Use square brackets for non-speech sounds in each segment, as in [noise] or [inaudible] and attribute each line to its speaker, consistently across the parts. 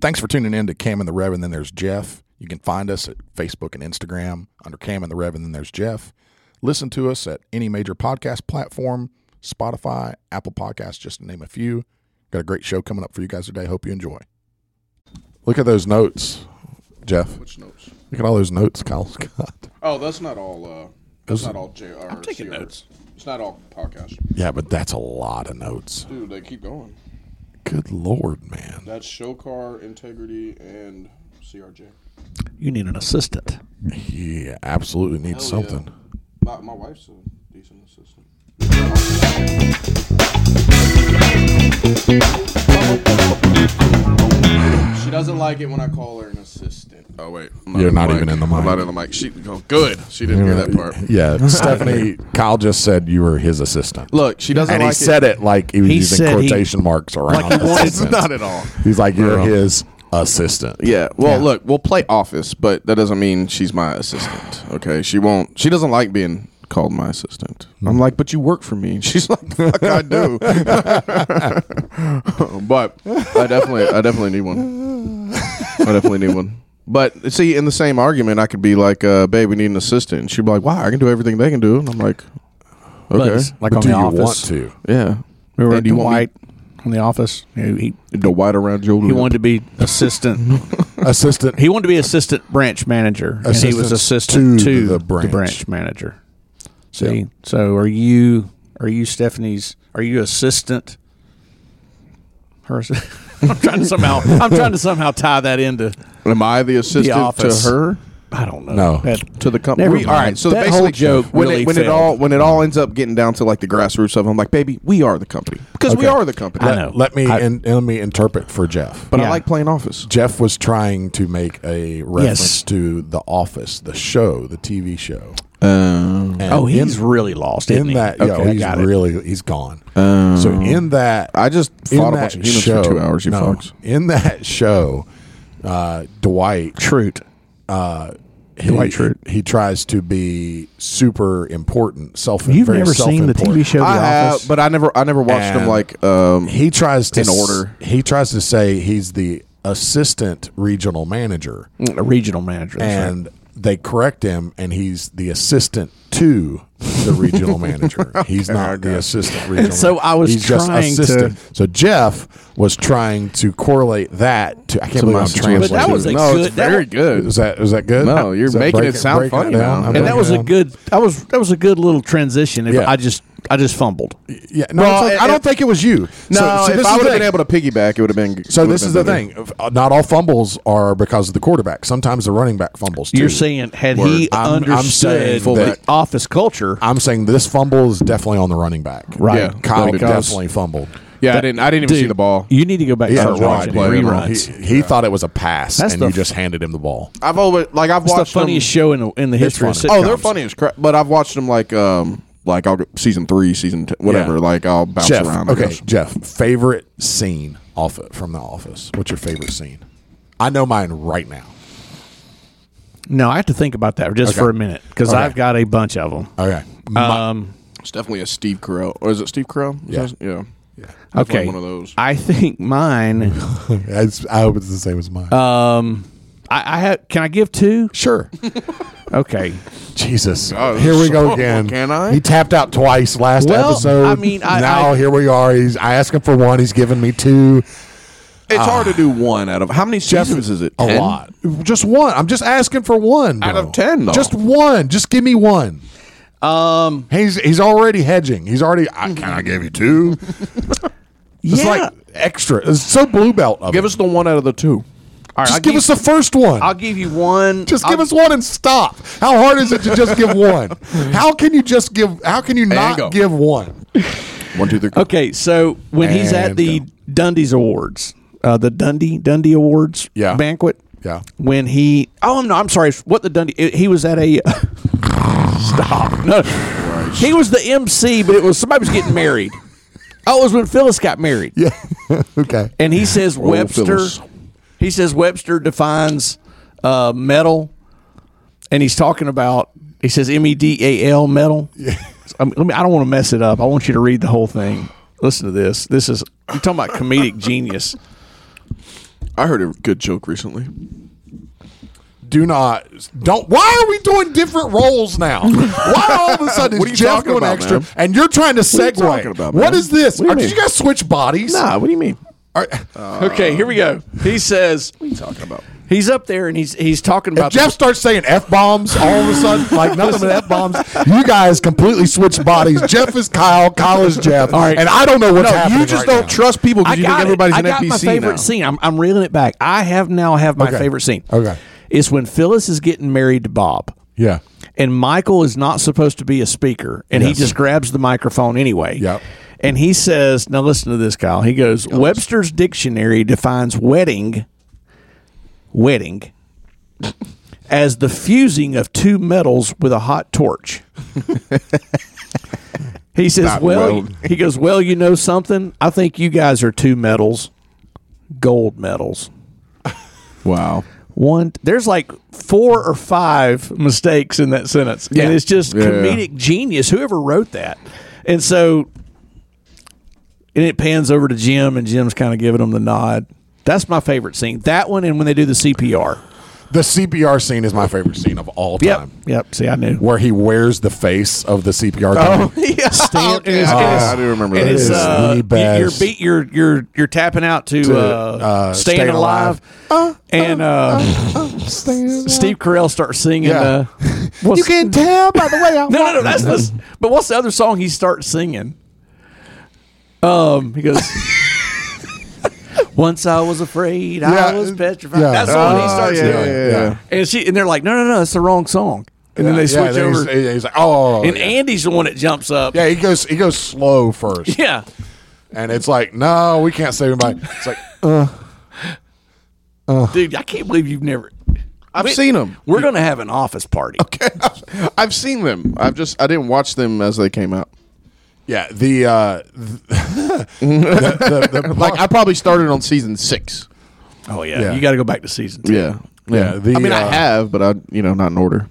Speaker 1: Thanks for tuning in to Cam and the Rev, and then there's Jeff. You can find us at Facebook and Instagram under Cam and the Rev, and then there's Jeff. Listen to us at any major podcast platform Spotify, Apple Podcasts, just to name a few. Got a great show coming up for you guys today. Hope you enjoy. Look at those notes, Jeff.
Speaker 2: Which notes?
Speaker 1: Look at all those notes Kyle Scott.
Speaker 2: Oh, that's not all. Uh,
Speaker 1: Those
Speaker 2: that's
Speaker 1: are-
Speaker 2: not all. JR, I'm
Speaker 3: taking notes.
Speaker 2: It's not all podcast.
Speaker 1: Yeah, but that's a lot of notes.
Speaker 2: Dude, they keep going.
Speaker 1: Good Lord, man.
Speaker 2: That's show car integrity and CRJ.
Speaker 3: You need an assistant.
Speaker 1: He absolutely needs
Speaker 2: Hell yeah.
Speaker 1: something.
Speaker 2: My, my wife's a decent assistant. She doesn't like it when I call her an assistant. Oh wait, I'm
Speaker 1: You're
Speaker 2: in
Speaker 1: not even in the
Speaker 2: I'm
Speaker 1: mic.
Speaker 2: not in the mic. She oh, good. She didn't hear that part.
Speaker 1: Yeah, [laughs] Stephanie, Kyle just said you were his assistant.
Speaker 2: Look, she doesn't
Speaker 1: and he
Speaker 2: like it.
Speaker 1: said it like he was
Speaker 3: He
Speaker 1: using
Speaker 3: said he-
Speaker 1: quotation marks around.
Speaker 3: he wanted-
Speaker 1: assistant.
Speaker 2: Not at all.
Speaker 1: He's like, you're his assistant.
Speaker 2: Yeah. Well, look, we'll play office, but that doesn't mean she's my assistant. Okay. She won't. She doesn't like being called my assistant. I'm like, but you work for me. [laughs] And she's like, fuck, I do. [laughs] but I definitely, I definitely need one. I definitely need one. But see, in the same argument, I could be like, uh, "Babe, we need an assistant." And she'd be like, "Wow, I can do everything they can do," and I'm like, "Okay,
Speaker 3: Like
Speaker 1: But
Speaker 3: on
Speaker 1: do
Speaker 3: the
Speaker 1: you
Speaker 3: office.
Speaker 1: want to?
Speaker 2: yeah."
Speaker 3: Remember
Speaker 2: And you want me-
Speaker 3: Dwight on the office? He, he,
Speaker 2: The white around your
Speaker 3: he
Speaker 2: lip.
Speaker 3: wanted to
Speaker 1: [laughs]
Speaker 3: be assistant.
Speaker 1: Assistant.
Speaker 3: he wanted to be [laughs] assistant branch manager. and he was
Speaker 1: Assistant
Speaker 3: assistant
Speaker 1: to
Speaker 3: to,
Speaker 1: the
Speaker 3: the,
Speaker 1: branch.
Speaker 3: branch. manager. See? So are you are you Stephanie's are you assistant her ass- [laughs] I'm trying to somehow I'm trying to somehow tie that into
Speaker 2: Am I the assistant to
Speaker 3: office.
Speaker 2: her?
Speaker 3: I don't know.
Speaker 1: No.
Speaker 3: That-
Speaker 2: to the company.
Speaker 3: Never
Speaker 2: We- all right,
Speaker 3: mind.
Speaker 2: so the
Speaker 3: That
Speaker 2: basically,
Speaker 3: whole joke
Speaker 2: when
Speaker 3: really
Speaker 2: it when it
Speaker 3: failed.
Speaker 2: all when it all ends up getting down to like the grassroots of, it, I'm like, baby, we are the company because we
Speaker 1: Okay.
Speaker 2: are the company.
Speaker 3: I know.
Speaker 1: Let me
Speaker 3: I-
Speaker 1: in, let me interpret for Jeff.
Speaker 2: but I
Speaker 3: Yeah.
Speaker 2: like playing office.
Speaker 1: Jeff was trying to make a reference
Speaker 3: Yes.
Speaker 1: to The Office, the show, the TV show.
Speaker 2: Um,
Speaker 1: And
Speaker 3: oh,
Speaker 1: in-
Speaker 3: he's really lost. isn't
Speaker 1: in
Speaker 3: he?
Speaker 1: that.
Speaker 3: okay,
Speaker 1: yo,
Speaker 3: I
Speaker 1: he's
Speaker 3: got it.
Speaker 1: really he's gone. so in that,
Speaker 2: Um, I just
Speaker 1: in
Speaker 2: fought a
Speaker 1: that
Speaker 2: bunch of humans
Speaker 1: show-
Speaker 2: for two hours. You
Speaker 1: no,
Speaker 2: fucks.
Speaker 1: In that show, uh, Dwight
Speaker 3: Trute.
Speaker 1: he,
Speaker 3: Dwight Schrute.
Speaker 1: he tries to be super important, self.
Speaker 3: You've
Speaker 1: very
Speaker 3: never seen the TV
Speaker 1: self-important.
Speaker 3: show The
Speaker 2: I have,
Speaker 3: Office?
Speaker 2: but I never I never watched them
Speaker 1: And-
Speaker 2: like um,
Speaker 1: He tries to
Speaker 2: In
Speaker 1: s-
Speaker 2: order.
Speaker 1: he tries to say he's the assistant regional manager,
Speaker 3: a regional manager. that's right.
Speaker 1: and they correct him, and he's the assistant to the regional
Speaker 3: [laughs]
Speaker 1: manager. He's not the assistant regional.
Speaker 3: so
Speaker 1: manager.
Speaker 3: I was
Speaker 1: he's
Speaker 3: trying
Speaker 1: just
Speaker 3: to-
Speaker 1: assistant. So Jeff was trying to correlate that to. I can't believe
Speaker 2: my
Speaker 1: I'm
Speaker 2: situation.
Speaker 1: translating.
Speaker 3: But that was a
Speaker 2: no, it's
Speaker 3: good- that
Speaker 2: very
Speaker 3: wa-
Speaker 2: good.
Speaker 1: Is that is that good?
Speaker 2: No, you're
Speaker 1: Is that
Speaker 2: making
Speaker 1: breaking-
Speaker 2: it sound
Speaker 1: breaking
Speaker 2: funny
Speaker 1: it down?
Speaker 2: now.
Speaker 1: I'm
Speaker 3: and that
Speaker 1: breaking
Speaker 3: was
Speaker 1: it
Speaker 3: a
Speaker 1: down.
Speaker 3: good that was that was a good little transition. If
Speaker 1: Yeah.
Speaker 3: I just I just fumbled.
Speaker 1: Yeah, no,
Speaker 2: Well,
Speaker 1: it's like- I
Speaker 2: it-
Speaker 1: don't think it was you.
Speaker 2: No,
Speaker 1: so, so
Speaker 2: if
Speaker 1: this
Speaker 2: I
Speaker 1: is
Speaker 2: would
Speaker 1: the
Speaker 2: have been
Speaker 1: thing.
Speaker 2: able to piggyback, it would have been.
Speaker 1: So
Speaker 2: would've
Speaker 1: this
Speaker 2: been
Speaker 1: is the
Speaker 2: better.
Speaker 1: thing. If- uh, Not all fumbles are because of the quarterback. Sometimes the running back fumbles too.
Speaker 3: You're saying had he
Speaker 1: I'm- I'm saying
Speaker 3: understood
Speaker 1: that-
Speaker 3: the office culture,
Speaker 1: I'm saying this fumble is definitely on the running back.
Speaker 3: Right.
Speaker 2: Yeah,
Speaker 1: Kyle
Speaker 2: because-
Speaker 1: definitely fumbled.
Speaker 2: Yeah, I didn't. I didn't even see the ball.
Speaker 3: You need to go back and
Speaker 1: Yeah,
Speaker 3: start
Speaker 1: right.
Speaker 3: watching
Speaker 2: play,
Speaker 1: He,
Speaker 3: reruns.
Speaker 1: he thought it was a pass,
Speaker 3: That's
Speaker 1: and
Speaker 3: the-
Speaker 1: you just handed him the ball.
Speaker 2: I've always like I've
Speaker 3: It's the
Speaker 2: watched them-
Speaker 3: funniest show in the, in the history of
Speaker 1: funny.
Speaker 3: sitcoms.
Speaker 2: Oh, they're funny as crap. But I've watched them like um like I'll go season three, season t- whatever.
Speaker 1: Yeah.
Speaker 2: Like I'll bounce
Speaker 1: Jeff,
Speaker 2: around. I
Speaker 1: okay,
Speaker 2: guess.
Speaker 1: Jeff, favorite scene off from The Office. What's your favorite scene? I know mine right now.
Speaker 3: No, I have to think about that just
Speaker 1: Okay.
Speaker 3: for a minute because
Speaker 1: Okay.
Speaker 3: I've got a bunch of them.
Speaker 1: Okay, My- [laughs]
Speaker 3: Um,
Speaker 2: it's definitely a Steve Carell, or is it Steve Carell? Is
Speaker 1: Yeah.
Speaker 2: that- yeah. Definitely
Speaker 3: okay,
Speaker 2: one of those.
Speaker 3: I think mine.
Speaker 1: it's- I hope it's the same as mine.
Speaker 3: Um, I, I have. Can I give two?
Speaker 1: sure.
Speaker 3: Okay.
Speaker 1: Jesus.
Speaker 2: Oh,
Speaker 1: here we go
Speaker 2: so,
Speaker 1: again.
Speaker 2: can I?
Speaker 1: He tapped out twice last
Speaker 3: Well,
Speaker 1: episode.
Speaker 3: I mean, I-
Speaker 1: now
Speaker 3: I-
Speaker 1: here we are. He's I asked him for one. He's giving me two.
Speaker 2: It's hard to do one out of how many seasons is it?
Speaker 1: A
Speaker 2: 10?
Speaker 1: lot. Just one. I'm just asking for one.
Speaker 2: Out
Speaker 1: bro.
Speaker 2: of 10, though.
Speaker 1: Just one. Just give me one. Um. He's he's already hedging. He's already. I, can I give you two? It's
Speaker 3: yeah.
Speaker 1: like extra. It's so blue belt of
Speaker 2: Give
Speaker 1: it.
Speaker 2: us the one out of the two.
Speaker 3: All right,
Speaker 1: Just
Speaker 3: I'll
Speaker 1: give us the first one.
Speaker 3: I'll give you one.
Speaker 1: just
Speaker 3: I'll-
Speaker 1: give us one and stop. How hard is it to just give one? How can you just give? How can you
Speaker 2: go.
Speaker 1: not give one? [laughs]
Speaker 2: One, two, three. go.
Speaker 3: Okay, so when he's
Speaker 1: And
Speaker 3: at the
Speaker 1: go.
Speaker 3: Dundee's Awards, uh, the Dundee Dundee Awards
Speaker 1: Yeah.
Speaker 3: banquet.
Speaker 1: Yeah.
Speaker 3: When he, oh no, I'm sorry. What the Dundee? it- he was at a. [laughs] stop. No, he was the MC, but it was somebody was getting married. Oh, it was when Phyllis got married,
Speaker 1: Yeah. okay.
Speaker 3: and he says Webster.
Speaker 2: Phyllis.
Speaker 3: He says Webster defines uh, metal, and he's talking about. He says M E D A L metal. Yeah. I, mean, let me- I don't want to mess it up. I want you to [laughs] read the whole thing. Listen to this. This is you're talking about comedic genius.
Speaker 2: I heard a good joke recently.
Speaker 1: Do not don't. Why are we doing different roles now?
Speaker 3: [laughs]
Speaker 1: Why all of a sudden
Speaker 2: What are
Speaker 1: is
Speaker 2: you
Speaker 1: Jeff
Speaker 2: talking
Speaker 1: going
Speaker 2: about,
Speaker 1: extra
Speaker 2: man?
Speaker 1: and you're trying to segue?
Speaker 2: What are you talking about,
Speaker 1: what
Speaker 2: man?
Speaker 1: is this?
Speaker 2: What do you
Speaker 1: Are, did
Speaker 2: mean?
Speaker 1: you guys switch bodies?
Speaker 2: Nah, Uh, what do you mean?
Speaker 1: Are-
Speaker 3: Okay, here we go. He says
Speaker 2: What are you talking about?
Speaker 3: he's up there and he's he's talking about the-
Speaker 1: Jeff starts saying f bombs all of a sudden, like nothing but f bombs. You guys completely switch bodies. Jeff is Kyle, Kyle is Jeff,
Speaker 3: All right.
Speaker 1: and I don't know what's happening.
Speaker 2: you just
Speaker 1: right
Speaker 2: don't
Speaker 1: now.
Speaker 2: trust people
Speaker 3: I
Speaker 2: because you
Speaker 3: got
Speaker 2: think
Speaker 3: it.
Speaker 2: everybody's
Speaker 3: I
Speaker 2: an
Speaker 3: got
Speaker 2: NPC
Speaker 3: my favorite
Speaker 2: now.
Speaker 3: scene. I'm, I'm reeling it back. I have now have my
Speaker 1: Okay.
Speaker 3: favorite scene.
Speaker 1: Okay.
Speaker 3: It's when Phyllis is getting married to Bob.
Speaker 1: Yeah,
Speaker 3: And Michael is not supposed to be a speaker, and
Speaker 1: Yes.
Speaker 3: he just grabs the microphone anyway.
Speaker 1: Yep.
Speaker 3: And he says, "Now listen to this, Kyle." He goes, "Webster's dictionary defines wedding, wedding, as the fusing of two metals with a hot torch." he says,
Speaker 2: Not
Speaker 3: "Well,
Speaker 2: welding.
Speaker 3: he goes, well, you know something? I think you guys are two metals, gold medals."
Speaker 2: Wow.
Speaker 3: one there's like four or five mistakes in that sentence
Speaker 2: Yeah.
Speaker 3: and it's just
Speaker 2: Yeah, yeah.
Speaker 3: comedic genius whoever wrote that and so and it pans over to jim and jim's kind of giving him the nod that's my favorite scene that one and when they do the cpr
Speaker 1: the CPR scene is my favorite scene of all
Speaker 3: yep
Speaker 1: time,
Speaker 3: yep see i knew
Speaker 1: where he wears the face of the CPR. Oh,
Speaker 3: [laughs] yeah Stamp
Speaker 2: Okay,
Speaker 3: is-
Speaker 2: I-
Speaker 3: is-
Speaker 2: Ah, I do remember
Speaker 3: and
Speaker 2: that.
Speaker 3: it's
Speaker 1: is
Speaker 3: uh,
Speaker 1: the
Speaker 3: you- you're
Speaker 1: best.
Speaker 3: beat you're you're you're tapping out to, uh,
Speaker 1: uh,
Speaker 3: staying,
Speaker 1: Staying
Speaker 3: alive, and uh, Steve Carell starts singing.
Speaker 1: Yeah.
Speaker 3: Uh, what's-
Speaker 1: you can tell by the way I'm.
Speaker 3: No, no, no. That's the. But what's the other song he starts singing? Um, he goes. [laughs] Once I was afraid,
Speaker 1: Yeah,
Speaker 3: I was petrified.
Speaker 1: yeah.
Speaker 3: That's the one he
Speaker 1: Oh,
Speaker 3: starts
Speaker 1: yeah,
Speaker 3: doing.
Speaker 1: yeah, yeah.
Speaker 3: And she and they're like, no, no, no, it's the wrong song. And then they
Speaker 1: Yeah, he's-
Speaker 3: switch over.
Speaker 1: He's, like, oh,
Speaker 3: and
Speaker 1: yeah.
Speaker 3: Andy's the one that jumps up.
Speaker 1: yeah, he goes, he goes slow first.
Speaker 3: [laughs] Yeah.
Speaker 1: And it's like, no, we can't save anybody. It's like,
Speaker 3: dude, I can't believe you've never.
Speaker 2: I've seen 'em.
Speaker 3: We're gonna have an office party.
Speaker 2: I've seen them. I've just I didn't watch them as they came out.
Speaker 1: yeah, the, uh, th- [laughs] the, the, the,
Speaker 2: Like I probably started on season six.
Speaker 3: Oh yeah,
Speaker 1: Yeah.
Speaker 3: you got to go back to season two.
Speaker 2: Yeah,
Speaker 1: Yeah, the,
Speaker 2: I mean,
Speaker 1: uh,
Speaker 2: I have, but I you know not in order.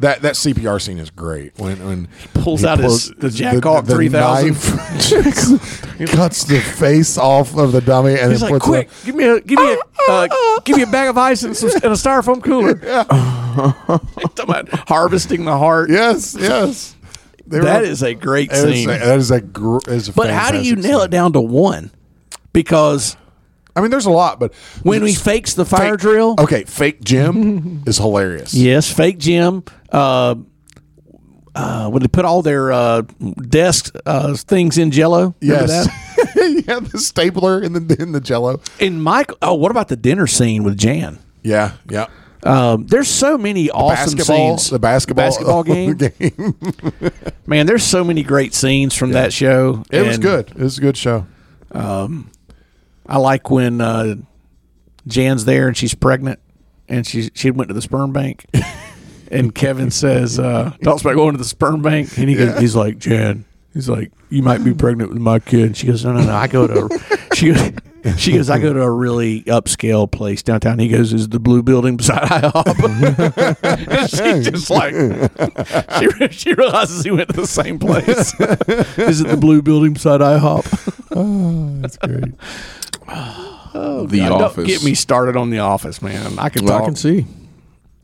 Speaker 1: that that CPR scene is great when when
Speaker 3: Pulls
Speaker 1: he
Speaker 3: out his- the Jack Hawk 3000. [laughs]
Speaker 1: knife, [laughs] cuts the face off of the dummy, and
Speaker 3: He's
Speaker 1: then
Speaker 3: like,
Speaker 1: puts
Speaker 3: quick, give me a, give me a, uh, give me a bag of ice and, some, and a styrofoam
Speaker 1: [laughs]
Speaker 3: cooler. [laughs] Talking about harvesting the heart.
Speaker 1: it- yes, yes. They
Speaker 3: that
Speaker 1: were-
Speaker 3: is a great
Speaker 1: that is
Speaker 3: scene.
Speaker 1: a, that is a, gr- is a
Speaker 3: but how do you
Speaker 1: fantastic
Speaker 3: nail
Speaker 1: scene.
Speaker 3: it down to one? Because
Speaker 1: I mean, there's a lot, but
Speaker 3: when he fakes the fire
Speaker 1: Fake- Oh,
Speaker 3: drill,
Speaker 1: okay, fake
Speaker 3: [laughs]
Speaker 1: Jim is hilarious.
Speaker 3: yes, fake Jim. Uh, uh, when they put all their uh, desk uh, things in Jello, remember
Speaker 1: yes, [laughs]
Speaker 3: that? [laughs]
Speaker 1: yeah, the stapler in the in the Jello.
Speaker 3: And Michael. Oh, what about the dinner scene with Jan?
Speaker 1: Yeah, yeah.
Speaker 3: Um, there's so many awesome
Speaker 1: basketball, [laughs]
Speaker 3: scenes.
Speaker 1: the basketball,
Speaker 3: basketball game. Man, there's so many great scenes from that show.
Speaker 1: It was
Speaker 3: And
Speaker 1: good. It was a good show.
Speaker 3: I like when uh, Jan's there and she's pregnant, and she she went to the sperm bank, and Kevin says uh, talks about going to the sperm bank, and he goes, he's like Jan, he's like you might be pregnant with my kid. And she goes, no, no, no, I go to [laughs] she goes, she goes, I go to a really upscale place downtown. He goes, is the blue building beside IHOP? [laughs] and she just like she re- she realizes he went to the same place. [laughs] is it the blue building beside IHOP?
Speaker 1: That's great.
Speaker 2: the
Speaker 3: God,
Speaker 2: Office.
Speaker 3: Don't get me started on The Office, man. I can
Speaker 2: Well,
Speaker 3: talk.
Speaker 2: I can see.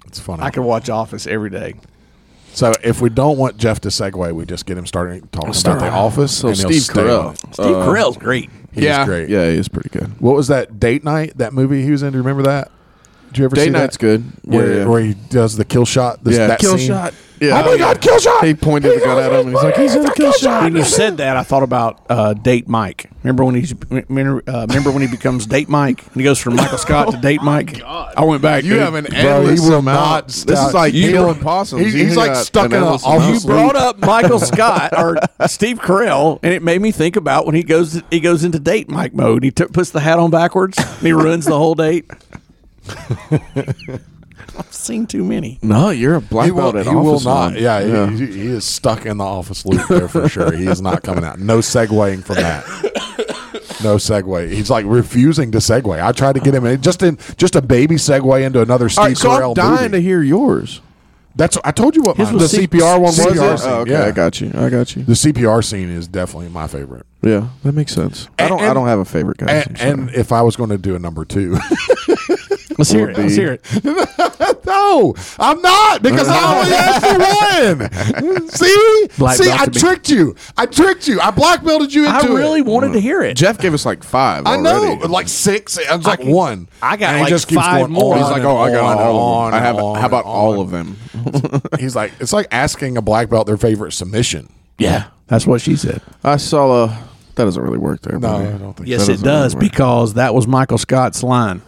Speaker 1: It's funny.
Speaker 3: I can watch Office every day.
Speaker 1: so if we don't want Jeff to segue, we just get him starting talking about the office.
Speaker 2: So
Speaker 1: and he'll
Speaker 2: Steve
Speaker 1: stay
Speaker 2: Carell.
Speaker 1: on it.
Speaker 3: Steve
Speaker 2: Uh,
Speaker 3: Carell's great.
Speaker 1: He
Speaker 2: yeah,
Speaker 1: was great.
Speaker 2: yeah, he is pretty good.
Speaker 1: What was that date night? That movie he was in? Do you remember that? Did you ever
Speaker 2: Date
Speaker 1: see
Speaker 2: night's
Speaker 1: that?
Speaker 2: good.
Speaker 1: Where,
Speaker 2: yeah, yeah.
Speaker 1: where he does the kill shot. This,
Speaker 2: Yeah.
Speaker 1: that
Speaker 2: Kill
Speaker 1: scene.
Speaker 2: shot. Yeah.
Speaker 1: Oh my God, kill shot!
Speaker 2: He pointed the gun at him and he's like, "He's in a kill shot."
Speaker 3: When you said that, I thought about uh, Date Mike. Remember when he's remember, uh, remember when he becomes Date Mike and he goes from Michael Scott to Date [laughs] Mike. I went back.
Speaker 2: You
Speaker 3: dude.
Speaker 2: have an
Speaker 1: he
Speaker 2: endless
Speaker 1: will
Speaker 2: amount.
Speaker 1: not
Speaker 2: This
Speaker 1: stop.
Speaker 2: is like
Speaker 1: You
Speaker 2: killing
Speaker 1: will-
Speaker 2: possums.
Speaker 1: he's-
Speaker 2: You
Speaker 1: he's
Speaker 2: got
Speaker 1: like
Speaker 2: an
Speaker 1: stuck in a-
Speaker 2: endless
Speaker 1: all you
Speaker 2: amount.
Speaker 3: You brought [laughs] up Michael Scott or Steve Carell, and it made me think about when he goes he goes into date Mike mode. He took puts the hat on backwards and he ruins the
Speaker 2: [laughs]
Speaker 3: whole date. I've seen too many.
Speaker 2: No, you're a black
Speaker 1: He
Speaker 2: belt
Speaker 1: will,
Speaker 2: at
Speaker 1: he will
Speaker 2: office.
Speaker 1: not.
Speaker 2: man.
Speaker 1: Yeah, He, he is stuck in the office loop there for sure. He is not coming out. No segueing from that. No segue. He's like refusing to segue. I tried to get him in just in just a baby segue into another Steve
Speaker 2: All right, so
Speaker 1: Carell
Speaker 2: I'm dying
Speaker 1: movie.
Speaker 2: to hear yours.
Speaker 1: That's I told you what
Speaker 3: His
Speaker 1: mine
Speaker 3: was
Speaker 1: was.
Speaker 3: C-
Speaker 1: the CPR one was.
Speaker 3: Was
Speaker 1: CPR
Speaker 2: Oh,
Speaker 1: scene,
Speaker 2: okay,
Speaker 1: yeah.
Speaker 2: I got you. I got you.
Speaker 1: the CPR scene is definitely my favorite.
Speaker 2: Yeah, that makes sense. I don't. I
Speaker 1: And-
Speaker 2: don't have a favorite, guys. I'm
Speaker 1: And,
Speaker 2: sorry.
Speaker 1: and if I was going to do a number two, [laughs]
Speaker 3: Let's hear it.
Speaker 2: Would
Speaker 3: Let's
Speaker 2: be-
Speaker 3: hear it.
Speaker 1: no, I'm not because I only asked you one. See,
Speaker 3: Black
Speaker 1: see,
Speaker 3: belt
Speaker 1: I
Speaker 3: to be-
Speaker 1: tricked you. I tricked you. I blackmailed you into
Speaker 3: I really
Speaker 1: it.
Speaker 3: wanted to hear it.
Speaker 2: Jeff gave us like five.
Speaker 1: I know,
Speaker 2: already.
Speaker 1: like six. I was like one.
Speaker 3: I got
Speaker 1: And he
Speaker 3: like
Speaker 1: just keeps
Speaker 3: five
Speaker 1: going
Speaker 3: more.
Speaker 1: on
Speaker 2: He's like,
Speaker 1: and
Speaker 2: oh, I got
Speaker 1: on
Speaker 2: all of
Speaker 1: and
Speaker 2: them. I have.
Speaker 1: on
Speaker 2: How about
Speaker 1: and
Speaker 2: all
Speaker 1: on.
Speaker 2: of them?
Speaker 1: He's like, it's like asking a black belt their favorite submission.
Speaker 3: Yeah, that's what she said.
Speaker 2: I saw. Uh, that doesn't really work there. buddy.
Speaker 1: think.
Speaker 3: Yes,
Speaker 2: That
Speaker 3: it
Speaker 2: doesn't
Speaker 3: does
Speaker 2: really work.
Speaker 3: because that was Michael
Speaker 2: [laughs]
Speaker 3: Scott's line.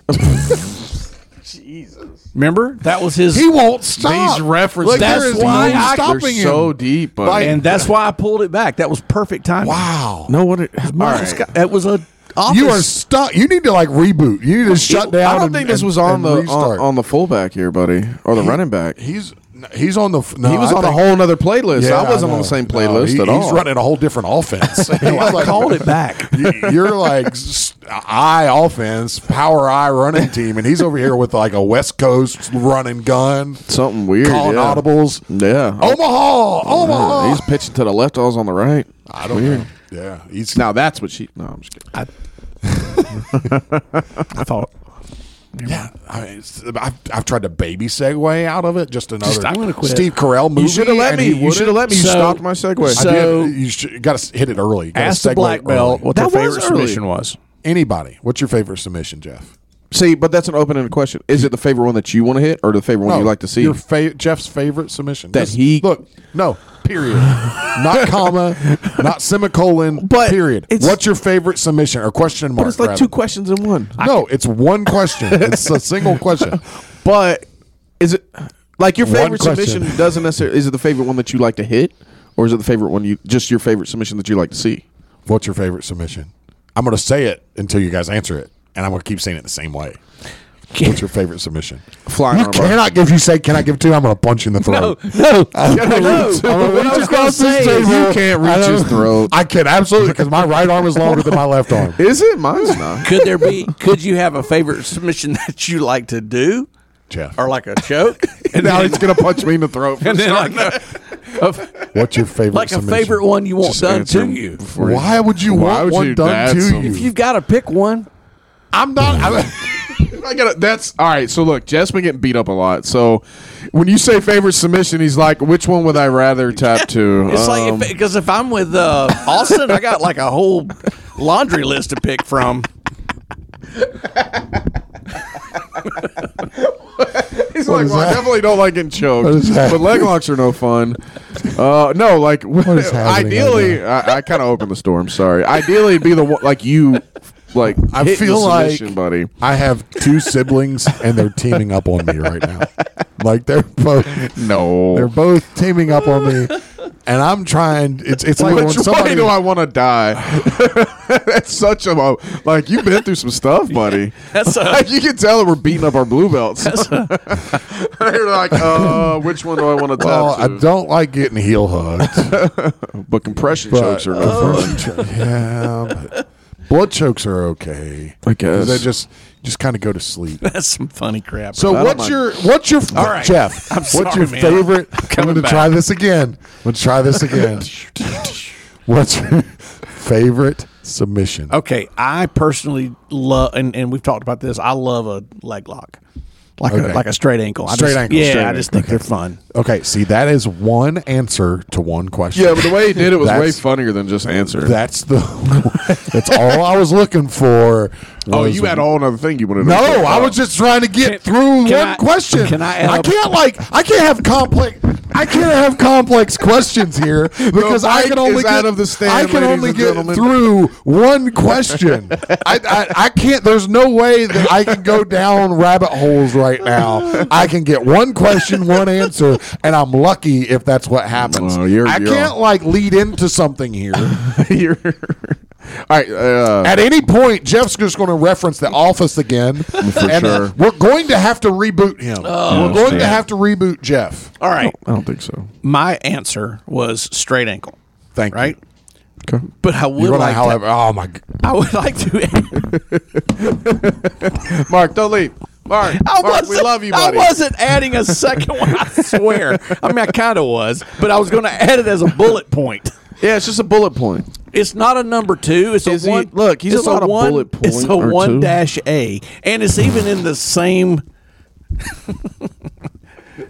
Speaker 3: Jesus, remember that was his.
Speaker 1: He won't stop.
Speaker 3: These references-
Speaker 1: Look, there
Speaker 3: That's
Speaker 1: is
Speaker 3: why
Speaker 1: no
Speaker 3: I-
Speaker 2: They're
Speaker 1: stopping him.
Speaker 2: so deep. buddy.
Speaker 1: Like-
Speaker 3: and that's why I pulled it back. That was perfect timing.
Speaker 1: wow.
Speaker 2: no wonder. All
Speaker 3: Michael
Speaker 2: right.
Speaker 3: Scott. That was a. Office.
Speaker 1: You are stuck. You need to like reboot. You need to shut down.
Speaker 2: I don't
Speaker 1: and-
Speaker 2: think this
Speaker 1: and-
Speaker 2: was on
Speaker 1: and
Speaker 2: the on,
Speaker 1: restart.
Speaker 2: on the fullback here, buddy, or the running back. He
Speaker 1: he's he's on the. f- No,
Speaker 2: was
Speaker 1: I
Speaker 2: on a
Speaker 1: think-
Speaker 2: whole other playlist.
Speaker 1: Yeah,
Speaker 2: I wasn't
Speaker 1: know.
Speaker 2: on the same
Speaker 1: No,
Speaker 2: playlist
Speaker 1: he- He's
Speaker 2: at all.
Speaker 1: running a whole different
Speaker 2: [laughs]
Speaker 1: offense. He's
Speaker 3: I
Speaker 1: like-
Speaker 3: called
Speaker 1: [laughs]
Speaker 3: it back.
Speaker 1: You- You're like s- eye offense, power eye
Speaker 2: [laughs]
Speaker 1: running team, and he's over here with like a West Coast running gun,
Speaker 2: Something weird.
Speaker 1: calling
Speaker 2: yeah.
Speaker 1: audibles.
Speaker 2: Yeah.
Speaker 1: Oh, Omaha, Omaha.
Speaker 2: Yeah, He's pitching to the left. I was on the right.
Speaker 1: I don't know. Yeah, he's
Speaker 2: Now that's what she. No, I'm just kidding.
Speaker 3: I, I thought
Speaker 1: Yeah, I mean, it's- I've, I've tried to baby segue out of it. Just another.
Speaker 3: I'm gonna quit.
Speaker 1: Steve Carell movie.
Speaker 2: You should have let
Speaker 1: and
Speaker 2: me.
Speaker 1: he
Speaker 2: You should have
Speaker 1: wouldn't.
Speaker 2: let me. You
Speaker 3: So-
Speaker 2: stopped my segue.
Speaker 1: I
Speaker 3: so-
Speaker 1: did. you should, got to hit it early. You gotta
Speaker 3: ask the
Speaker 1: segue
Speaker 3: black
Speaker 1: early.
Speaker 3: belt what
Speaker 2: That
Speaker 3: their
Speaker 2: was
Speaker 3: favorite
Speaker 2: early.
Speaker 3: submission was.
Speaker 1: Anybody? What's your favorite submission, Jeff?
Speaker 2: see, but that's an open-ended question. Is it the favorite one that you want to hit, or the favorite one you like to see?
Speaker 1: Your fa- Jeff's favorite submission
Speaker 2: That
Speaker 1: Just
Speaker 2: he-
Speaker 1: look no
Speaker 2: [laughs]
Speaker 1: period, not comma, not semicolon,
Speaker 2: But
Speaker 1: period.
Speaker 2: it's-
Speaker 1: What's your favorite submission or question mark?
Speaker 2: But it's like
Speaker 1: rather.
Speaker 2: two questions in one.
Speaker 1: No, it's one
Speaker 2: [laughs]
Speaker 1: question. it's a single question.
Speaker 2: But is it like your
Speaker 1: One
Speaker 2: favorite
Speaker 1: question.
Speaker 2: submission doesn't necessarily? Is it the favorite one that you like to hit, or is it the favorite one you just your favorite submission that you like to see?
Speaker 1: What's your favorite submission? I'm going to say it until you guys answer it, and I'm going to keep saying it the same way. What's your favorite submission?
Speaker 2: Flying
Speaker 1: You cannot if you say can I give two, I'm going to punch you in the
Speaker 2: Oh,
Speaker 1: throat.
Speaker 3: No,
Speaker 1: I'm gonna reach- I'm gonna reach across this table.
Speaker 2: you can't reach
Speaker 1: I don't-
Speaker 2: his throat.
Speaker 1: I can absolutely because my right arm is longer than my left arm.
Speaker 2: Is it? Mine's not. [laughs]
Speaker 3: [laughs] could there be? Could you have a favorite submission [laughs] that you like to do,
Speaker 1: Jeff,
Speaker 3: or like a choke,
Speaker 2: [laughs] and now he's gonna punch me in the throat.
Speaker 3: and then like a,
Speaker 1: what's your favorite?
Speaker 3: [laughs] like a
Speaker 1: submission?
Speaker 3: favorite one you want done
Speaker 2: answer
Speaker 3: to
Speaker 2: him
Speaker 3: you?
Speaker 2: before you-
Speaker 1: Why would you want
Speaker 2: Why would
Speaker 1: one
Speaker 2: you
Speaker 1: done
Speaker 2: add
Speaker 1: to
Speaker 2: something?
Speaker 1: you?
Speaker 3: You've got to pick one.
Speaker 1: I'm [laughs] not. I'm,
Speaker 2: I gotta, that's all right. So look, Jeff's been getting beat up a lot. So when you say favorite submission, he's like, "Which one would I rather Um, tattoo?"
Speaker 3: It's like because if, I'm with uh, Austin, I got like a whole laundry list to pick from. [laughs]
Speaker 2: he's like,
Speaker 1: is
Speaker 2: well, I
Speaker 1: that?
Speaker 2: definitely don't like getting choked,
Speaker 1: What is that?
Speaker 2: but leg locks are no fun. Uh, no,
Speaker 1: [laughs]
Speaker 2: like [laughs]
Speaker 1: is happening
Speaker 2: ideally, I, I kind of opened the store. I'm sorry. Ideally, it'd be the one like you, like
Speaker 1: I
Speaker 2: hitting
Speaker 1: feel
Speaker 2: the
Speaker 1: like-
Speaker 2: submission, buddy.
Speaker 1: I have two siblings and they're teaming up on me right now. Like they're both
Speaker 2: No, [laughs]
Speaker 1: they're both teaming up on me, and I'm trying. It's it's like when
Speaker 2: Which
Speaker 1: somebody
Speaker 2: way do I want to die? [laughs] That's such a like you've been through some stuff, buddy.
Speaker 3: [laughs] That's a,
Speaker 2: Like, you can tell that we're beating up our blue belts. [laughs] They're like, uh, which one do I want to
Speaker 1: Well, I
Speaker 2: tap to?
Speaker 1: don't like getting heel [laughs] hugged.
Speaker 2: But compression
Speaker 1: But, uh,
Speaker 2: chokes
Speaker 1: [laughs]
Speaker 2: are no fun.
Speaker 1: yeah, but blood chokes are okay.
Speaker 2: I guess.
Speaker 1: they just just kind of go to sleep.
Speaker 3: that's some funny crap.
Speaker 1: So
Speaker 2: I don't
Speaker 1: what's
Speaker 2: mind.
Speaker 1: your what's your
Speaker 3: All right.
Speaker 1: Jeff?
Speaker 3: [laughs] I'm
Speaker 1: what's
Speaker 3: sorry,
Speaker 1: your
Speaker 3: man.
Speaker 1: favorite? I'm
Speaker 3: coming
Speaker 1: going to
Speaker 3: back.
Speaker 1: try this again. Let's try
Speaker 3: [laughs]
Speaker 1: this again. what's your favorite submission?
Speaker 3: okay, I personally love, and, and we've talked about this. I love a leg lock, like
Speaker 1: Okay.
Speaker 3: a, like a straight ankle. I
Speaker 1: Straight
Speaker 3: just-
Speaker 1: ankle,
Speaker 3: Yeah,
Speaker 1: straight
Speaker 3: I just think they're fun.
Speaker 1: Okay, see that is one answer to one question.
Speaker 2: Yeah, but the way he did it was way
Speaker 1: That's-
Speaker 2: funnier than just answer.
Speaker 1: that's the [laughs] that's all I was looking for.
Speaker 2: oh,
Speaker 1: was
Speaker 2: you had all another thing you wanted to
Speaker 1: No,
Speaker 2: talk
Speaker 1: I
Speaker 2: about. [laughs]
Speaker 1: was just trying to get
Speaker 3: Can-
Speaker 1: through
Speaker 3: can
Speaker 1: one
Speaker 3: I-
Speaker 1: question.
Speaker 3: can I add up-
Speaker 1: can't like I can't have complex. I can't have complex questions
Speaker 2: [laughs]
Speaker 1: here because I
Speaker 2: mic
Speaker 1: can only
Speaker 2: is
Speaker 1: get
Speaker 2: out of the stand,
Speaker 1: I can
Speaker 2: ladies
Speaker 1: only
Speaker 2: and
Speaker 1: get
Speaker 2: gentlemen.
Speaker 1: through one
Speaker 2: [laughs]
Speaker 1: question. I, I I can't. There's no way that I can go down rabbit holes right now. I can get one question, one answer, and I'm lucky if that's what happens.
Speaker 2: Oh, you're-
Speaker 1: I
Speaker 2: you're
Speaker 1: can't
Speaker 2: all-
Speaker 1: like lead into something here.
Speaker 2: You're- all right. Uh,
Speaker 1: At any point, Jeff's just going to reference The Office [laughs] again. and uh,
Speaker 2: sure.
Speaker 1: we're going to have to reboot him.
Speaker 3: Oh,
Speaker 1: we're going to have to reboot Jeff.
Speaker 3: All right,
Speaker 2: I don't think so.
Speaker 3: Oh. my answer was straight ankle,
Speaker 1: Thank you.
Speaker 3: right?
Speaker 2: Okay.
Speaker 3: But I would
Speaker 1: You're going
Speaker 3: like
Speaker 1: to,
Speaker 3: to-
Speaker 1: however, oh my, g-
Speaker 3: I would like to.
Speaker 2: Mark, don't leave. Mark,
Speaker 3: I
Speaker 2: Mark, we
Speaker 3: wasn't-
Speaker 2: love you,
Speaker 3: I
Speaker 2: buddy.
Speaker 3: wasn't adding a second one. I swear. I mean, I kind of was, but I was going to add it as a bullet point.
Speaker 2: Yeah, it's just a bullet point.
Speaker 3: It's not a number two. It's
Speaker 2: Is
Speaker 3: a
Speaker 2: he-
Speaker 3: one.
Speaker 2: look, he's
Speaker 3: it's
Speaker 2: allowed a
Speaker 3: one,
Speaker 2: bullet
Speaker 3: It's
Speaker 2: point
Speaker 3: a
Speaker 2: or
Speaker 3: one
Speaker 2: two.
Speaker 3: dash A, and it's even in the same.
Speaker 2: That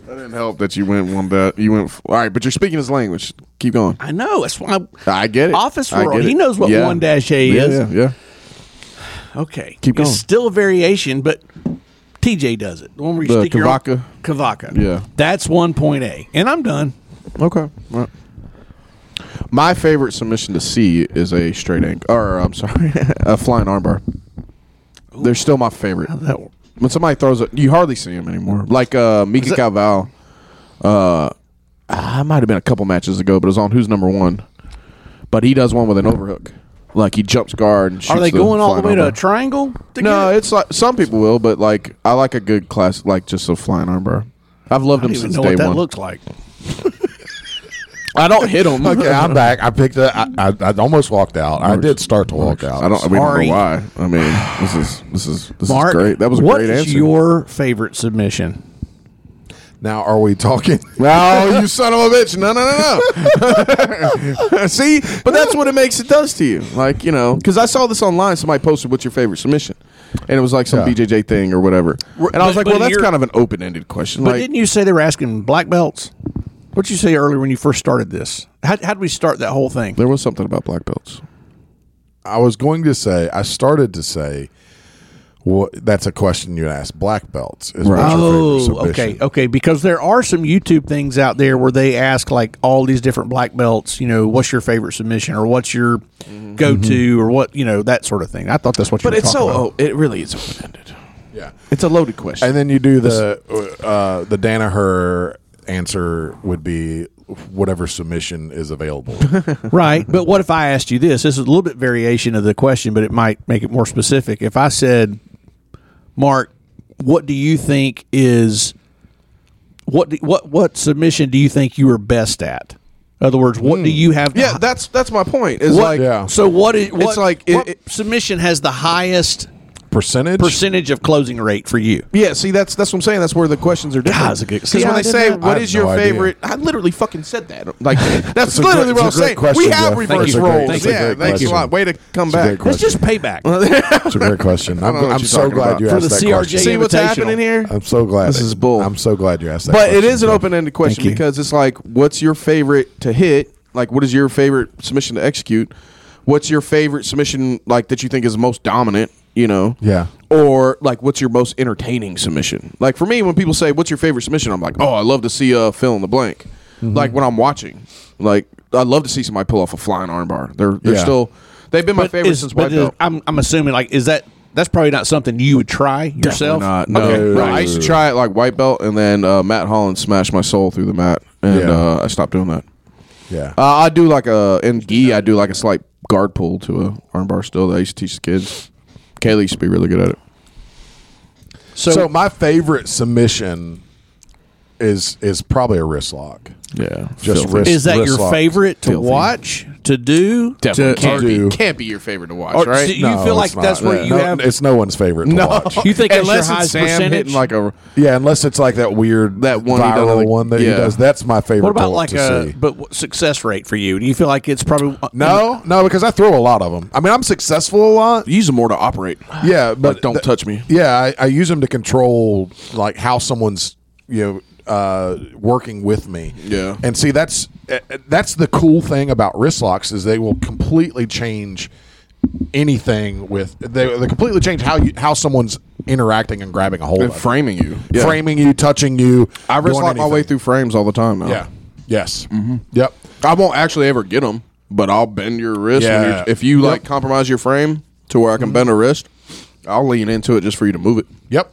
Speaker 2: didn't help that you went one that you went. All right, but you're speaking his language. Keep going.
Speaker 3: I know. That's why.
Speaker 2: I get it.
Speaker 3: Office
Speaker 2: I
Speaker 3: world.
Speaker 2: get
Speaker 3: He
Speaker 2: it.
Speaker 3: knows what
Speaker 2: Yeah.
Speaker 3: one dash A
Speaker 2: Yeah,
Speaker 3: is.
Speaker 2: yeah, yeah.
Speaker 3: Okay.
Speaker 2: Keep going.
Speaker 3: It's still a variation, but TJ does it. The one where you
Speaker 2: The
Speaker 3: stick your
Speaker 2: Kavaka.
Speaker 3: Kavaka.
Speaker 2: Yeah.
Speaker 3: That's one point A, and I'm done.
Speaker 2: Okay. All right. My favorite submission to see is a straight ankle, or I'm sorry, [laughs] a flying armbar. They're still my favorite.
Speaker 3: That
Speaker 2: When somebody throws it, you hardly see him anymore.
Speaker 3: Mm.
Speaker 2: Like uh, Mika
Speaker 3: that-
Speaker 2: Calval. Uh, I might have been a couple matches ago, but it was on Who's Number One. But he does one with an overhook. Like he jumps guard and shoots.
Speaker 3: Are they going all the way
Speaker 2: flying
Speaker 3: to a
Speaker 2: armbar.
Speaker 3: triangle? to
Speaker 2: No,
Speaker 3: get it?
Speaker 2: it's like some people will, but like I like a good class, like just a flying armbar. I've loved
Speaker 3: I
Speaker 2: him
Speaker 3: don't even
Speaker 2: since
Speaker 3: know
Speaker 2: day
Speaker 3: what that
Speaker 2: one.
Speaker 3: looks like.
Speaker 2: I don't hit
Speaker 3: [laughs]
Speaker 2: him.
Speaker 1: Okay, I'm back. I picked up. I, I, I almost walked out. I did start to walk out.
Speaker 2: I don't. We don't
Speaker 3: Sorry.
Speaker 2: know why. I mean, this is this is this
Speaker 3: Mark,
Speaker 2: is great. That was a
Speaker 3: what
Speaker 2: great
Speaker 3: is
Speaker 2: answer.
Speaker 3: your favorite submission?
Speaker 1: Now, are we talking?
Speaker 2: oh, you son of a bitch! No, no, no, no. See, but that's what it makes it does to you. Like you know, because I saw this online. Somebody posted, "What's your favorite submission?" And it was like some
Speaker 1: Yeah.
Speaker 2: BJJ thing or whatever. And I was like,
Speaker 3: but-
Speaker 2: "Well,
Speaker 3: but
Speaker 2: that's
Speaker 3: you're-
Speaker 2: kind of an open-ended question."
Speaker 3: But
Speaker 2: like,
Speaker 3: didn't you say they were asking black belts? What did you say earlier when you first started this? How, how did we start that whole thing?
Speaker 2: there was something about black belts.
Speaker 1: I was going to say. I started to say. Well, that's a question you ask black belts. Is
Speaker 2: Right.
Speaker 1: what's your favorite
Speaker 3: Oh,
Speaker 1: submission?
Speaker 3: okay, okay. Because there are some YouTube things out there where they ask like all these different black belts, you know, what's your favorite submission or what's your go-to or what you know that sort of thing. I thought that's what you.
Speaker 2: Mm-hmm. But
Speaker 3: were
Speaker 2: it's so.
Speaker 3: talking about.
Speaker 2: Oh, it really is open-ended.
Speaker 1: Yeah.
Speaker 2: It's a loaded question.
Speaker 1: And then you do the uh, the Danaher answer would be whatever submission is [laughs] available.
Speaker 3: right. But what if I asked you this? This is a little bit variation of the question, but it might make it more specific. If I said, Mark, what do you think is what do, what what submission do you think you are best at? In other words, what do you have? to
Speaker 2: Hmm. yeah, that's that's my point. Is
Speaker 3: What-
Speaker 2: like
Speaker 1: Yeah.
Speaker 3: So what is what,
Speaker 2: like it-
Speaker 3: what
Speaker 2: it-
Speaker 3: submission has the highest
Speaker 1: Percentage.
Speaker 3: percentage of closing rate for you?
Speaker 2: Yeah, see, that's that's what I'm saying. That's where the questions are
Speaker 3: God,
Speaker 2: different.
Speaker 3: that's a good-
Speaker 2: Because
Speaker 3: see,
Speaker 2: when
Speaker 3: I
Speaker 2: they
Speaker 3: did
Speaker 2: say,
Speaker 3: not-
Speaker 1: I
Speaker 2: "What
Speaker 1: have
Speaker 2: is
Speaker 1: no
Speaker 2: your
Speaker 1: idea.
Speaker 2: favorite?" I literally fucking said that. Like
Speaker 1: a
Speaker 2: that's literally
Speaker 1: great-
Speaker 2: what I
Speaker 1: it's
Speaker 2: was
Speaker 1: a great
Speaker 2: saying.
Speaker 1: question,
Speaker 2: we have
Speaker 1: Jeff. Thank
Speaker 2: reverse
Speaker 1: you.
Speaker 2: roles.
Speaker 1: Thank you.
Speaker 2: yeah,
Speaker 1: It's a great
Speaker 2: thanks a
Speaker 1: question.
Speaker 2: lot. Way to come
Speaker 1: It's a
Speaker 2: back.
Speaker 1: great question.
Speaker 3: That's just payback.
Speaker 2: [laughs]
Speaker 1: It's a great question. I'm,
Speaker 2: don't know what
Speaker 1: I'm
Speaker 2: you're
Speaker 1: so
Speaker 2: talking
Speaker 1: glad
Speaker 2: about.
Speaker 1: you
Speaker 2: For
Speaker 1: asked
Speaker 3: the
Speaker 1: that
Speaker 3: CRJ.
Speaker 1: question.
Speaker 2: See what's
Speaker 3: Invitational.
Speaker 2: happening here?
Speaker 1: I'm so glad.
Speaker 2: This
Speaker 1: that-
Speaker 2: is bull.
Speaker 1: I'm so glad you asked that.
Speaker 2: But it
Speaker 1: question,
Speaker 2: is an
Speaker 1: Jeff.
Speaker 2: open-ended question
Speaker 3: Thank you.
Speaker 2: because it's like, what's your favorite to hit? Like, what is your favorite submission to execute? What's your favorite submission like that you think is most dominant? You know,
Speaker 1: Yeah.
Speaker 2: Or like, what's your most entertaining submission? Like for me, when people say, "What's your favorite submission?" I'm like, "Oh, I love to see uh, fill in the blank."
Speaker 3: Mm-hmm.
Speaker 2: Like when I'm watching, like I love to see somebody pull off a flying armbar. They're they're
Speaker 1: Yeah.
Speaker 2: still they've been my
Speaker 3: But
Speaker 2: favorite
Speaker 3: is-
Speaker 2: since white
Speaker 3: but is-
Speaker 2: belt.
Speaker 3: I'm, I'm assuming like is that that's probably not something you would try yourself.
Speaker 2: Not, no,
Speaker 3: Okay,
Speaker 2: No,
Speaker 3: right.
Speaker 2: I used to try it like white belt, and then uh, Matt Holland smashed my soul through the mat, and
Speaker 1: Yeah.
Speaker 2: uh, I stopped doing that.
Speaker 1: Yeah.
Speaker 2: Uh, I do like a in gi. I do like a slight guard pull to a armbar. Still, that I used to teach the kids. Kaylee used to be really good at it.
Speaker 3: So,
Speaker 1: so my favorite submission is is probably a wrist lock.
Speaker 2: Yeah,
Speaker 1: Just wrist-
Speaker 3: is that
Speaker 1: wrist
Speaker 3: your
Speaker 1: lock.
Speaker 3: favorite to
Speaker 2: Filthy.
Speaker 3: watch to do?
Speaker 2: definitely
Speaker 1: to-
Speaker 2: can't
Speaker 1: to do.
Speaker 2: be can't be your favorite to watch,
Speaker 3: Or-
Speaker 2: right?
Speaker 3: see- You
Speaker 2: [laughs]
Speaker 3: feel like
Speaker 1: Oh, it's not.
Speaker 3: that's where you
Speaker 1: No,
Speaker 3: have-
Speaker 1: It's no one's favorite to watch.
Speaker 3: You think it's your highest
Speaker 2: Sam
Speaker 3: percentage?
Speaker 2: hitting like a
Speaker 1: Yeah, unless it's like that weird
Speaker 2: That one he does,
Speaker 1: viral
Speaker 2: like-
Speaker 1: one that he
Speaker 2: yeah.
Speaker 1: does. That's my favorite.
Speaker 3: What about
Speaker 1: to,
Speaker 3: like
Speaker 1: to
Speaker 3: a
Speaker 1: see.
Speaker 3: but what success rate for you? Do you feel like it's probably uh,
Speaker 1: No, no, because I throw a lot of them. I mean, I'm successful a lot.
Speaker 2: use them more to operate.
Speaker 1: Yeah, but
Speaker 2: Like, don't
Speaker 1: th-
Speaker 2: touch me.
Speaker 1: Yeah, I, I use them to control like how someone's you know uh, working with me.
Speaker 2: Yeah.
Speaker 1: and see that's uh, that's the cool thing about wrist locks is they will completely change anything with they, they completely change how you how someone's interacting and grabbing a hold
Speaker 2: And
Speaker 1: of
Speaker 2: framing you.
Speaker 1: you.
Speaker 2: Yeah.
Speaker 1: framing you, touching you.
Speaker 2: I wrist
Speaker 1: doing
Speaker 2: lock my way
Speaker 1: anything.
Speaker 2: through frames all the time now.
Speaker 1: Yeah. Yes. Mm-hmm. Yep.
Speaker 2: I won't actually ever get them, but I'll bend your wrist. when
Speaker 1: Yeah.
Speaker 2: you're- if
Speaker 1: Yep.
Speaker 2: you
Speaker 1: Mm-hmm.
Speaker 2: like compromise your frame to where I can bend a wrist, I'll lean into it just for you to move it,
Speaker 1: Yep.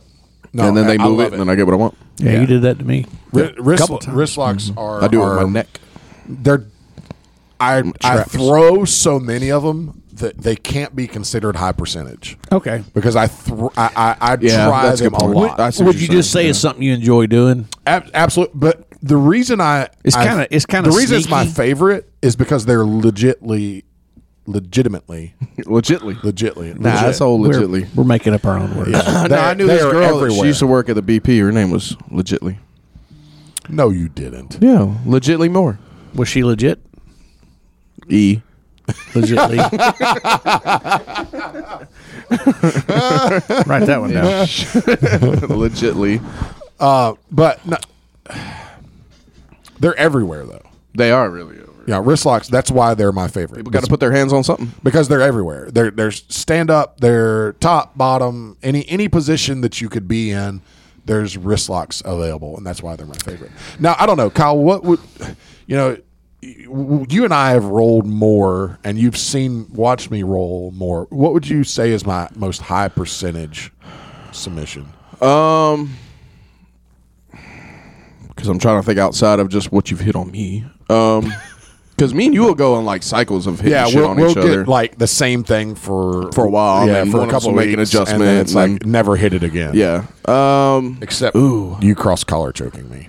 Speaker 1: No,
Speaker 2: and then they
Speaker 1: I- I
Speaker 2: move it,
Speaker 1: love
Speaker 2: and then I get what I want.
Speaker 3: Yeah,
Speaker 1: Yeah.
Speaker 3: you did that to me.
Speaker 1: Wri-
Speaker 3: Couple
Speaker 1: wrist,
Speaker 3: times.
Speaker 1: wrist locks are
Speaker 2: Mm-hmm. I do it with
Speaker 1: are-
Speaker 2: my neck.
Speaker 1: they're I I
Speaker 2: traps.
Speaker 1: throw so many of them that they can't be considered high percentage
Speaker 3: Okay.
Speaker 1: because I thr I I, I
Speaker 2: Yeah,
Speaker 1: try
Speaker 2: that's a
Speaker 1: them
Speaker 2: good
Speaker 1: a
Speaker 2: point.
Speaker 1: lot.
Speaker 2: I see what
Speaker 3: Would
Speaker 2: you're
Speaker 3: you just say
Speaker 2: saying,
Speaker 3: it's something you enjoy doing?
Speaker 1: Ab- absolutely, but the reason I
Speaker 3: It's
Speaker 1: I-
Speaker 3: kinda- it's kinda
Speaker 1: the reason it's my
Speaker 3: sneaky.
Speaker 1: favorite is because they're legitly, legitimately,
Speaker 2: yeah. legitly.
Speaker 1: legitly.
Speaker 2: Nah, [clears throat] that's all
Speaker 3: We're-
Speaker 2: [laughs] legitly.
Speaker 3: We're, making up our own words.
Speaker 2: no, I knew this girl. that- She
Speaker 1: Everywhere.
Speaker 2: used to work at the BP. Her name was Legitly.
Speaker 1: no, you didn't.
Speaker 2: Yeah, Legitly Moore.
Speaker 3: Was she legit?
Speaker 2: E. [laughs]
Speaker 3: Legitly. Write that one down.
Speaker 2: Legitly.
Speaker 1: Uh, but no, [sighs] they're everywhere though.
Speaker 2: They are really over.
Speaker 1: Yeah, wrist locks. That's why they're my favorite.
Speaker 2: People got to put their hands on something.
Speaker 1: because they're everywhere. They're they're stand up, they're top, bottom, any any position that you could be in. There's wrist locks available, and that's why they're my favorite. Now I don't know, Kyle. What would you know? You and I have rolled more, and you've seen watched me roll more. What would you say is my most high percentage submission?
Speaker 2: Um, because I'm trying to think outside of just what you've hit on me. Um,
Speaker 1: [laughs]
Speaker 2: because me and you will go on like cycles of hitting
Speaker 1: Yeah,
Speaker 2: shit
Speaker 1: we'll,
Speaker 2: on
Speaker 1: we'll
Speaker 2: each other.
Speaker 1: get like the same thing for
Speaker 2: For a while,
Speaker 1: Yeah,
Speaker 2: and
Speaker 1: for
Speaker 2: one
Speaker 1: a
Speaker 2: of us
Speaker 1: couple
Speaker 2: will
Speaker 1: weeks,
Speaker 2: make an
Speaker 1: and then
Speaker 2: adjustment,
Speaker 1: it's
Speaker 2: and
Speaker 1: like never hit it again.
Speaker 2: yeah. Um,
Speaker 1: except you cross collar choking me.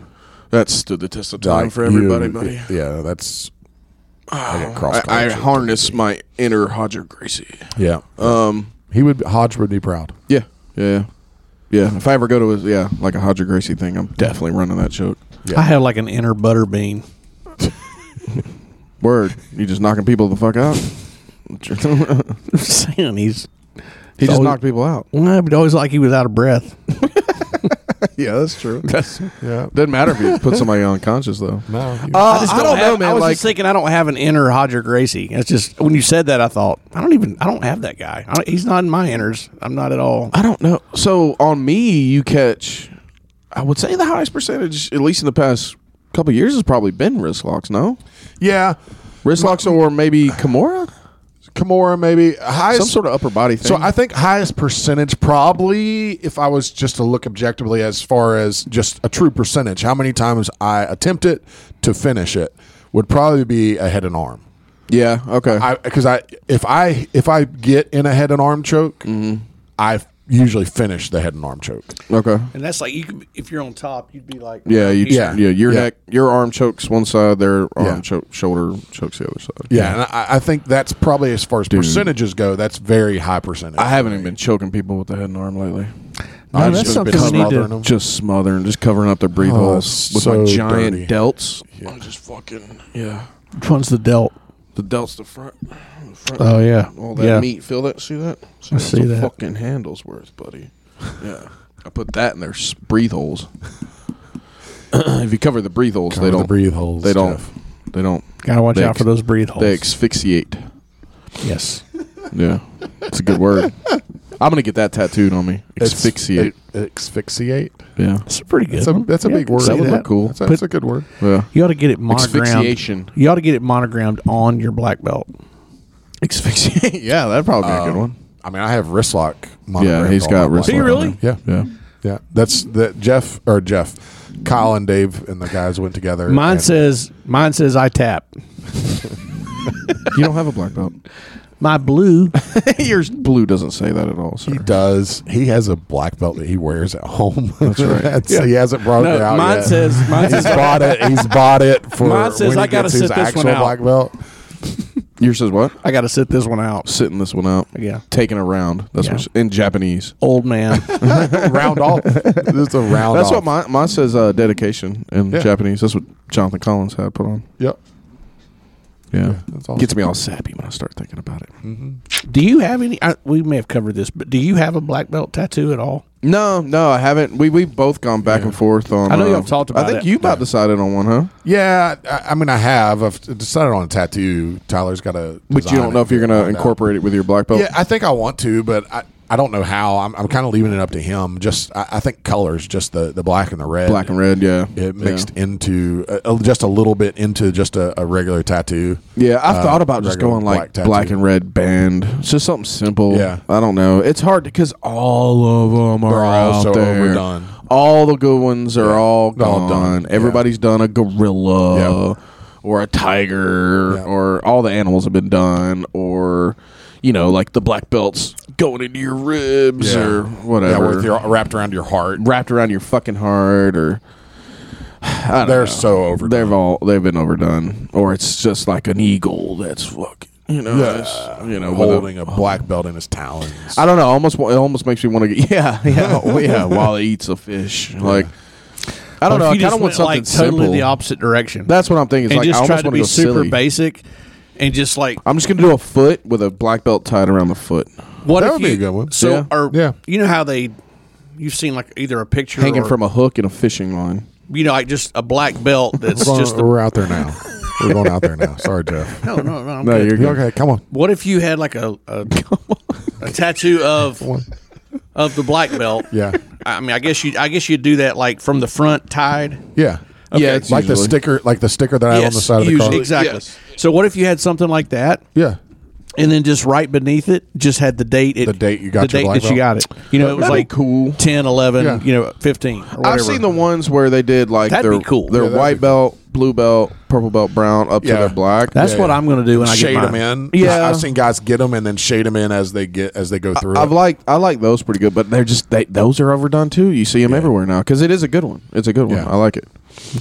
Speaker 2: that stood the test of time
Speaker 1: Like,
Speaker 2: for everybody,
Speaker 1: you-
Speaker 2: buddy.
Speaker 1: Yeah, that's. Ah, I get cross
Speaker 2: I, I
Speaker 1: culture.
Speaker 2: harness my inner Hodger Gracie.
Speaker 1: yeah.
Speaker 2: Um,
Speaker 1: he would Hodge would be proud.
Speaker 2: yeah, yeah, yeah. If I ever go to a yeah, like a Hodger Gracie thing, I'm definitely running that joke.
Speaker 1: Yeah.
Speaker 3: I have like an inner butter bean. [laughs]
Speaker 2: Word, you just knocking people the fuck [laughs] out.
Speaker 3: I'm saying he's
Speaker 2: he just
Speaker 3: always-
Speaker 2: knocked people out.
Speaker 3: well, I'd always like he was out of breath.
Speaker 2: Yeah, [laughs] that's true.
Speaker 3: That's,
Speaker 1: Yeah. Uh,
Speaker 2: Doesn't matter if you put somebody unconscious though.
Speaker 1: No. you-
Speaker 3: I, just
Speaker 2: Uh, I don't know,
Speaker 3: have-
Speaker 2: man,
Speaker 3: I was
Speaker 2: like-
Speaker 3: just thinking I don't have an inner Hodger Gracie. It's just when you said that, I thought I don't even I don't have that guy. I don't, he's not in my inners. I'm not at all.
Speaker 2: I don't know. So on me, you catch. I would say the highest percentage, at least in the past couple of years, has probably been wrist locks. No,
Speaker 1: yeah.
Speaker 2: wrist locks or maybe Kimura,
Speaker 1: Kimura maybe highest.
Speaker 2: some sort of upper body thing.
Speaker 1: so I think highest percentage probably if I was just to look objectively as far as just a true percentage, how many times I attempt it to finish it would probably be a head and arm.
Speaker 2: yeah, okay.
Speaker 1: I because I if I if I get in a head and arm choke, I usually finish the head and arm choke.
Speaker 2: Okay.
Speaker 3: And that's like you could, if you're on top, you'd be like
Speaker 2: Yeah, you,
Speaker 1: Yeah.
Speaker 2: yeah, yeah. Your
Speaker 1: Yeah.
Speaker 2: neck, your arm chokes one side, their arm
Speaker 1: Yeah.
Speaker 2: choke, shoulder chokes the other side.
Speaker 1: Yeah, and I, I think that's probably as far as percentages go. That's very high percentage.
Speaker 2: I haven't even been choking people with the head and arm lately.
Speaker 3: No,
Speaker 1: I've
Speaker 3: Oh, that's
Speaker 1: just been
Speaker 3: something we need to-
Speaker 1: smothering 'em.
Speaker 2: Just smothering, just covering up their breathe
Speaker 1: Oh,
Speaker 2: holes with
Speaker 1: so
Speaker 2: my
Speaker 1: dirty.
Speaker 2: giant delts. I'm just fucking yeah.
Speaker 3: which one's the delt?
Speaker 2: The delts, the front, the front
Speaker 3: Oh yeah,
Speaker 2: all that
Speaker 3: yeah.
Speaker 2: meat. Feel that? See that? See,
Speaker 3: I
Speaker 2: that's
Speaker 3: see
Speaker 2: a
Speaker 3: that.
Speaker 2: Fucking handles worth, buddy. Yeah, I put that in their s-
Speaker 1: [laughs]
Speaker 2: breathe holes. if you cover the breathe holes,
Speaker 1: Cover
Speaker 2: they
Speaker 1: the
Speaker 2: don't
Speaker 1: breathe holes,
Speaker 2: They don't.
Speaker 1: Jeff.
Speaker 2: They don't.
Speaker 3: Gotta watch
Speaker 2: They
Speaker 3: out for
Speaker 2: ex-
Speaker 3: those breathe holes.
Speaker 2: They asphyxiate.
Speaker 3: Yes,
Speaker 2: Yeah, it's a good [laughs] word. I'm gonna get that tattooed on me. Asphyxiate.
Speaker 1: Asphyxiate.
Speaker 2: yeah,
Speaker 3: it's a pretty good.
Speaker 1: That's a,
Speaker 3: one.
Speaker 1: that's a
Speaker 3: Yeah,
Speaker 1: big
Speaker 3: I can
Speaker 1: word.
Speaker 3: see
Speaker 2: That would look
Speaker 3: that.
Speaker 2: cool.
Speaker 1: That's, that's a good word.
Speaker 2: yeah.
Speaker 3: You ought to get it monogrammed.
Speaker 2: Asphyxiation.
Speaker 3: You ought to get it monogrammed on your black belt.
Speaker 2: Asphyxiate. [laughs] yeah, that'd probably be a good one.
Speaker 1: I mean, I have wrist lock.
Speaker 2: Yeah,
Speaker 1: monogrammed
Speaker 2: he's
Speaker 1: on
Speaker 2: got
Speaker 1: my
Speaker 2: wrist.
Speaker 3: Do you
Speaker 2: lock on
Speaker 3: really?
Speaker 2: him.
Speaker 1: Yeah,
Speaker 2: Yeah.
Speaker 1: yeah. That's that. Jeff or Jeff, Kyle and Dave and the guys went together.
Speaker 3: Mine
Speaker 1: and-
Speaker 3: says mine says I tap.
Speaker 2: You don't have a black belt.
Speaker 3: My blue.
Speaker 2: Yours blue doesn't say that at all. Sir.
Speaker 1: he does. He has a black belt that he wears at home. [laughs] That's
Speaker 2: right.
Speaker 1: He hasn't brought it out
Speaker 3: mine
Speaker 1: yet. [laughs]
Speaker 3: says mine
Speaker 1: he's
Speaker 3: says
Speaker 1: bought it. He's bought it
Speaker 3: [laughs]
Speaker 1: for
Speaker 3: Mine says
Speaker 1: when he
Speaker 3: I gotta
Speaker 1: gets his
Speaker 3: sit this
Speaker 1: actual
Speaker 3: one out.
Speaker 1: black belt.
Speaker 3: [laughs]
Speaker 2: Yours says what?
Speaker 3: I got to sit this one out.
Speaker 2: Sitting this one out.
Speaker 3: Yeah.
Speaker 2: Taking a round. That's
Speaker 3: Yeah.
Speaker 2: what's in Japanese.
Speaker 3: Old man.
Speaker 1: round off. This is a round.
Speaker 2: That's
Speaker 1: off.
Speaker 2: what mine, mine says uh, dedication in
Speaker 1: Yeah.
Speaker 2: Japanese. That's what Jonathan Collins had put on.
Speaker 1: Yep.
Speaker 2: Yeah.
Speaker 1: that's awesome.
Speaker 2: Gets me all sappy when I start thinking about it.
Speaker 3: do you have any? I, we may have covered this, but do you have a black belt tattoo at all?
Speaker 2: No, no, I haven't. We we've both gone back and forth on.
Speaker 3: I know
Speaker 2: uh,
Speaker 3: y'all talked
Speaker 2: I
Speaker 3: about
Speaker 2: think
Speaker 3: it.
Speaker 2: you about decided on one, huh?
Speaker 1: Yeah, I, I mean, I have. I've decided on a tattoo. Tyler's got a,
Speaker 2: But you
Speaker 1: design
Speaker 2: don't know
Speaker 1: it
Speaker 2: if you're going to
Speaker 1: find out.
Speaker 2: incorporate it with your black belt.
Speaker 1: Yeah, I think I want to, but I, I don't know how. I'm, I'm kind of leaving it up to him. Just I, I think colors, just the, the black and the red,
Speaker 2: black and red. Yeah,
Speaker 1: it mixed into uh, just a little bit into just a, a regular tattoo.
Speaker 2: Yeah, I've
Speaker 1: Uh,
Speaker 2: thought about just
Speaker 1: regular
Speaker 2: going like
Speaker 1: black
Speaker 2: black,
Speaker 1: tattoo.
Speaker 2: and red band. It's just something simple.
Speaker 1: Yeah.
Speaker 2: I don't know. It's hard because all of them are
Speaker 1: all
Speaker 2: out
Speaker 1: so
Speaker 2: there.
Speaker 1: overdone.
Speaker 2: All the good ones are all
Speaker 1: They're all done.
Speaker 2: gone.
Speaker 1: Yeah.
Speaker 2: Everybody's done a gorilla
Speaker 1: Yeah.
Speaker 2: or a tiger
Speaker 1: Yeah.
Speaker 2: or all the animals have been done or you know like the black belts going into your ribs
Speaker 1: Yeah.
Speaker 2: or
Speaker 1: Yeah,
Speaker 2: whatever.
Speaker 1: with your, wrapped around your heart.
Speaker 2: wrapped around your fucking heart or I don't
Speaker 1: They're
Speaker 2: know.
Speaker 1: so overdone.
Speaker 2: They've all they've been overdone, or it's just like an eagle that's fuck. You know, it's, you know, with
Speaker 1: holding a black belt in his talons.
Speaker 2: I don't know. Almost, wa- it almost makes me want to get. [laughs] Yeah, yeah, oh, yeah. While he eats a fish, like I don't know. I kind of want something
Speaker 3: totally
Speaker 2: simple.
Speaker 3: the opposite direction.
Speaker 2: that's what I'm thinking. It's
Speaker 3: and
Speaker 2: like I
Speaker 3: just
Speaker 2: almost
Speaker 3: try to
Speaker 2: want
Speaker 3: be
Speaker 2: go
Speaker 3: super
Speaker 2: silly. Uh,
Speaker 3: basic. and just like
Speaker 2: I'm just gonna do a foot with a black belt tied around the foot.
Speaker 3: what
Speaker 1: That
Speaker 3: if
Speaker 1: would be
Speaker 3: you-
Speaker 1: a good one.
Speaker 3: So
Speaker 2: Yeah.
Speaker 3: or
Speaker 1: Yeah.
Speaker 3: you know how they you've seen like either a picture
Speaker 2: Hanging
Speaker 3: or,
Speaker 2: from a hook in a fishing line.
Speaker 3: you know like just a black
Speaker 2: [laughs]
Speaker 3: belt that's
Speaker 1: We're, going,
Speaker 3: just the,
Speaker 1: we're out there now. We're going out there now. Sorry,
Speaker 2: [laughs]
Speaker 1: Jeff.
Speaker 3: no no no. I'm
Speaker 2: No,
Speaker 3: good.
Speaker 2: you're good.
Speaker 1: Okay, come on.
Speaker 3: What if you had like a
Speaker 2: [laughs]
Speaker 3: a, a tattoo of of the black belt?
Speaker 1: Yeah,
Speaker 3: I mean, I guess you I guess you'd do that like from the front tied.
Speaker 1: yeah,
Speaker 2: Yeah, it's
Speaker 1: like the
Speaker 2: usually-
Speaker 1: sticker, like the sticker that I have on the side of the
Speaker 3: usually,
Speaker 1: car.
Speaker 3: exactly.
Speaker 2: Yes.
Speaker 3: So what if you had something like that,
Speaker 1: Yeah,
Speaker 3: and then just right beneath it, just had the date it,
Speaker 1: The date you got
Speaker 3: the
Speaker 1: your
Speaker 3: date
Speaker 1: black
Speaker 3: that you got it. You know, it was
Speaker 2: That'd be
Speaker 3: like
Speaker 2: cool.
Speaker 3: 10, 11,
Speaker 1: Yeah.
Speaker 3: you know, fifteen. Or whatever.
Speaker 2: I've seen the ones where they did like
Speaker 3: That'd
Speaker 2: their
Speaker 3: be cool.
Speaker 2: their
Speaker 1: Yeah, that'd
Speaker 2: white
Speaker 1: be
Speaker 2: belt, blue belt, purple belt, brown up
Speaker 1: Yeah.
Speaker 2: to their black.
Speaker 3: That's
Speaker 1: Yeah,
Speaker 3: what
Speaker 1: yeah.
Speaker 3: I'm going to do when I
Speaker 1: shade
Speaker 3: get
Speaker 1: them
Speaker 3: mine.
Speaker 1: in.
Speaker 2: Yeah.
Speaker 1: I've seen guys get them and then shade them in as they get as they go through.
Speaker 2: I've
Speaker 1: it.
Speaker 2: like I like those pretty good, but they're just they, those are overdone too. You see them everywhere now because it is a good one. It's a good one.
Speaker 1: Yeah.
Speaker 2: I like it.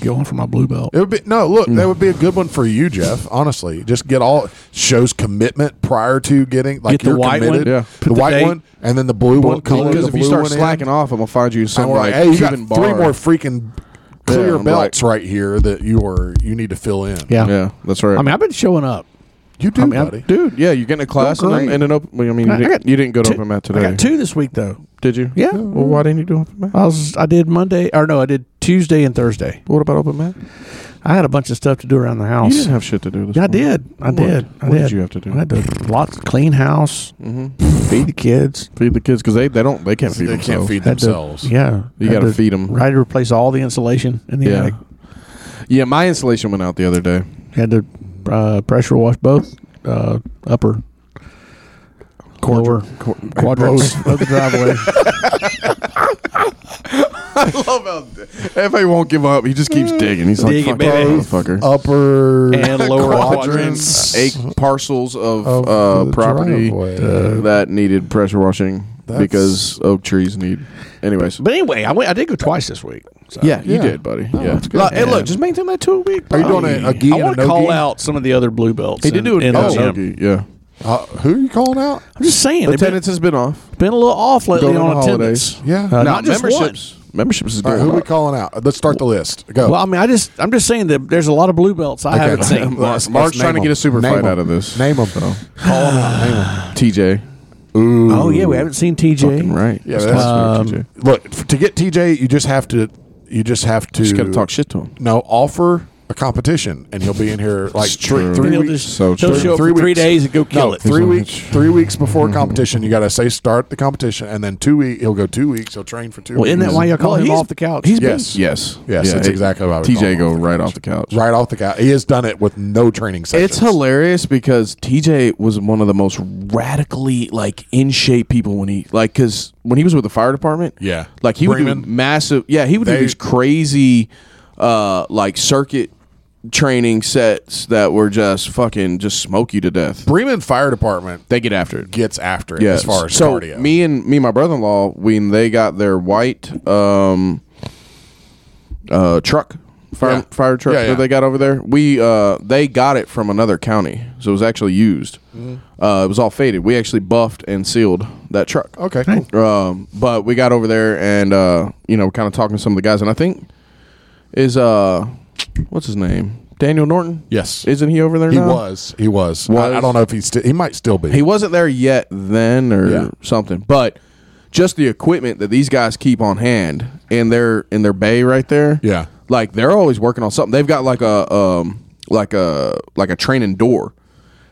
Speaker 3: Going for my blue belt.
Speaker 1: It would be no look.
Speaker 3: Mm.
Speaker 1: That would be a good one for you, Jeff. Honestly, just get all shows commitment prior to getting like
Speaker 3: Get the
Speaker 1: you're
Speaker 3: white one,
Speaker 1: committed.
Speaker 2: yeah.
Speaker 1: The,
Speaker 3: Put the
Speaker 1: white
Speaker 3: date.
Speaker 1: one and then the blue one. Color
Speaker 2: Because
Speaker 1: the
Speaker 2: if you
Speaker 1: blue
Speaker 2: start
Speaker 1: one in.
Speaker 2: slacking off, I'm gonna find you some
Speaker 1: and we're like,
Speaker 2: like,
Speaker 1: hey, you got
Speaker 2: Cuban bar.
Speaker 1: three more freaking clear
Speaker 2: Yeah, I'm
Speaker 1: belts
Speaker 2: like-
Speaker 1: right here that you are you need to fill in.
Speaker 3: Yeah.
Speaker 2: yeah, that's right.
Speaker 3: I mean, I've been showing up.
Speaker 1: you do,
Speaker 3: I mean, I'm-
Speaker 1: buddy.
Speaker 2: dude, yeah, you get in a class and, then-
Speaker 3: great.
Speaker 2: and an open. well, I mean, you,
Speaker 3: I- I
Speaker 2: didn't-
Speaker 3: got
Speaker 2: you didn't go to
Speaker 3: two-
Speaker 2: open mat
Speaker 3: I
Speaker 2: today,
Speaker 3: got two this week though.
Speaker 2: did you?
Speaker 3: Yeah.
Speaker 2: Well, why didn't you do open mat?
Speaker 3: I was I did Monday or no, I did Tuesday and Thursday.
Speaker 2: What about open mat?
Speaker 3: I had a bunch of stuff to do around the
Speaker 2: You
Speaker 3: house.
Speaker 2: didn't have shit to do. This
Speaker 3: Yeah, I
Speaker 2: morning.
Speaker 3: did. I
Speaker 2: What?
Speaker 3: did. I
Speaker 2: What
Speaker 3: did.
Speaker 2: did you have to do?
Speaker 3: I had to lots clean house,
Speaker 1: Mm-hmm.
Speaker 3: feed the kids.
Speaker 2: Feed the kids because they, they don't they can't feed
Speaker 1: They can't
Speaker 2: themselves.
Speaker 1: feed
Speaker 3: Had to-
Speaker 1: themselves.
Speaker 3: yeah,
Speaker 2: You
Speaker 3: Had
Speaker 2: gotta
Speaker 3: to-
Speaker 2: feed 'em.
Speaker 3: I had to replace all the insulation in the
Speaker 2: Yeah.
Speaker 3: attic.
Speaker 2: Yeah, my insulation went out the other day.
Speaker 3: Had to uh, pressure wash both uh, upper, lower quadrants of the driveway.
Speaker 2: [laughs] Everybody won't give up. He just keeps digging. He's
Speaker 3: Dig it,
Speaker 2: like, fuck
Speaker 3: baby."
Speaker 2: you,
Speaker 1: Oh,
Speaker 2: motherfucker.
Speaker 1: Upper
Speaker 3: And lower
Speaker 1: quadrants.
Speaker 2: Eight parcels of,
Speaker 1: Of
Speaker 2: uh,
Speaker 1: the
Speaker 2: property
Speaker 1: driveway.
Speaker 2: uh, that needed pressure washing
Speaker 1: That's-
Speaker 2: because oak trees need. Anyways,
Speaker 3: but anyway, I went. I did go twice this week. So.
Speaker 2: yeah, you
Speaker 1: Yeah.
Speaker 2: did, buddy.
Speaker 1: No,
Speaker 2: yeah,
Speaker 1: that's good.
Speaker 2: Look, Hey,
Speaker 3: Yeah.
Speaker 2: look, just maintain that two a week.
Speaker 1: Are you
Speaker 2: buddy.
Speaker 1: doing a, a gi
Speaker 3: I
Speaker 1: and
Speaker 3: want
Speaker 1: a no
Speaker 3: to call
Speaker 1: gi?
Speaker 3: out some of the other blue belts.
Speaker 2: He did
Speaker 3: in-
Speaker 2: do
Speaker 3: in
Speaker 2: an
Speaker 3: the
Speaker 2: oh,
Speaker 3: gym.
Speaker 2: okay, yeah.
Speaker 1: Uh, who are you calling out?
Speaker 3: I'm just saying, they've been,
Speaker 2: Attendance has been off.
Speaker 3: been a little off lately
Speaker 2: Going
Speaker 3: on,
Speaker 2: on
Speaker 3: attendance.
Speaker 2: holidays.
Speaker 1: Yeah.
Speaker 3: Uh,
Speaker 1: No,
Speaker 3: not just one.
Speaker 2: memberships. Memberships is
Speaker 1: All
Speaker 2: going
Speaker 1: right, who are we
Speaker 2: up.
Speaker 1: calling out? Let's start the list.
Speaker 2: Oh.
Speaker 1: Go.
Speaker 3: Well, I mean, I just I'm just saying that there's a lot of blue belts I
Speaker 1: Okay.
Speaker 2: [laughs]
Speaker 3: haven't seen.
Speaker 2: Mark's
Speaker 1: Let's
Speaker 2: trying to
Speaker 1: name
Speaker 2: get a super
Speaker 1: Name
Speaker 2: fight
Speaker 1: 'em.
Speaker 2: out of this.
Speaker 1: Name them. Call 'em out. Name 'em.
Speaker 2: TJ.
Speaker 3: Oh yeah, we haven't seen TJ.
Speaker 2: Fucking right.
Speaker 1: Yeah,
Speaker 2: That's
Speaker 1: that's- Um,
Speaker 2: awesome, TJ.
Speaker 1: Look, f- to get TJ, you just have to. You just have to.
Speaker 2: Just got to talk shit to him.
Speaker 1: No, offer a competition, and he'll be in here like three,
Speaker 2: true.
Speaker 1: three
Speaker 3: And he'll
Speaker 1: weeks.
Speaker 3: just
Speaker 2: So
Speaker 3: he'll
Speaker 2: true.
Speaker 3: show up
Speaker 1: Three
Speaker 3: for three
Speaker 1: weeks.
Speaker 3: days and go kill
Speaker 1: no,
Speaker 3: it.
Speaker 1: three
Speaker 2: He's like-
Speaker 1: weeks. Three weeks before competition, you got to say start the competition, and then two week he'll go two weeks. He'll train for two.
Speaker 3: Well,
Speaker 1: weeks.
Speaker 3: isn't that why y'all call
Speaker 2: Well,
Speaker 3: him
Speaker 2: he's-
Speaker 3: off the couch?
Speaker 2: He's
Speaker 1: Yes.
Speaker 2: been yes,
Speaker 1: Yes, that's
Speaker 2: it-
Speaker 1: exactly what I was
Speaker 2: TJ
Speaker 1: calling
Speaker 2: go
Speaker 1: off the
Speaker 2: right off the couch.
Speaker 1: right off the couch? He has done it with no training sessions.
Speaker 2: It's hilarious because TJ was one of the most radically like in shape people when he like because when he was with the fire department,
Speaker 1: Yeah.
Speaker 2: like he would do
Speaker 1: Bremen.
Speaker 2: massive, yeah, he would
Speaker 1: They-
Speaker 2: do these crazy, uh, like circuit training sets that were just fucking just smoke you to death.
Speaker 1: Bremen Fire Department
Speaker 2: They get after it.
Speaker 1: gets after it
Speaker 2: Yeah,
Speaker 1: as far as
Speaker 2: so
Speaker 1: cardio.
Speaker 2: Me and me and my brother in law, when they got their white um uh truck. Fire,
Speaker 1: Yeah.
Speaker 2: fire truck
Speaker 1: Yeah, yeah.
Speaker 2: that they got over there. We uh, they got it from another county, so it was actually used.
Speaker 1: Mm-hmm.
Speaker 2: Uh, it was all faded. We actually buffed and sealed that truck.
Speaker 1: okay, cool.
Speaker 2: Um, but we got over there and uh, you know, kind of talking to some of the guys, and I think is uh, what's his name, Daniel Norton?
Speaker 1: Yes.
Speaker 2: isn't he over there?
Speaker 1: He
Speaker 2: now?
Speaker 1: was. He was.
Speaker 2: Was.
Speaker 1: I, I don't know if he's. Sti- he might still be.
Speaker 2: He wasn't there yet then or
Speaker 1: Yeah.
Speaker 2: something, but just the equipment that these guys keep on hand in their in their bay right there.
Speaker 1: Yeah.
Speaker 2: Like they're always working on something. They've got like a um like a like a training door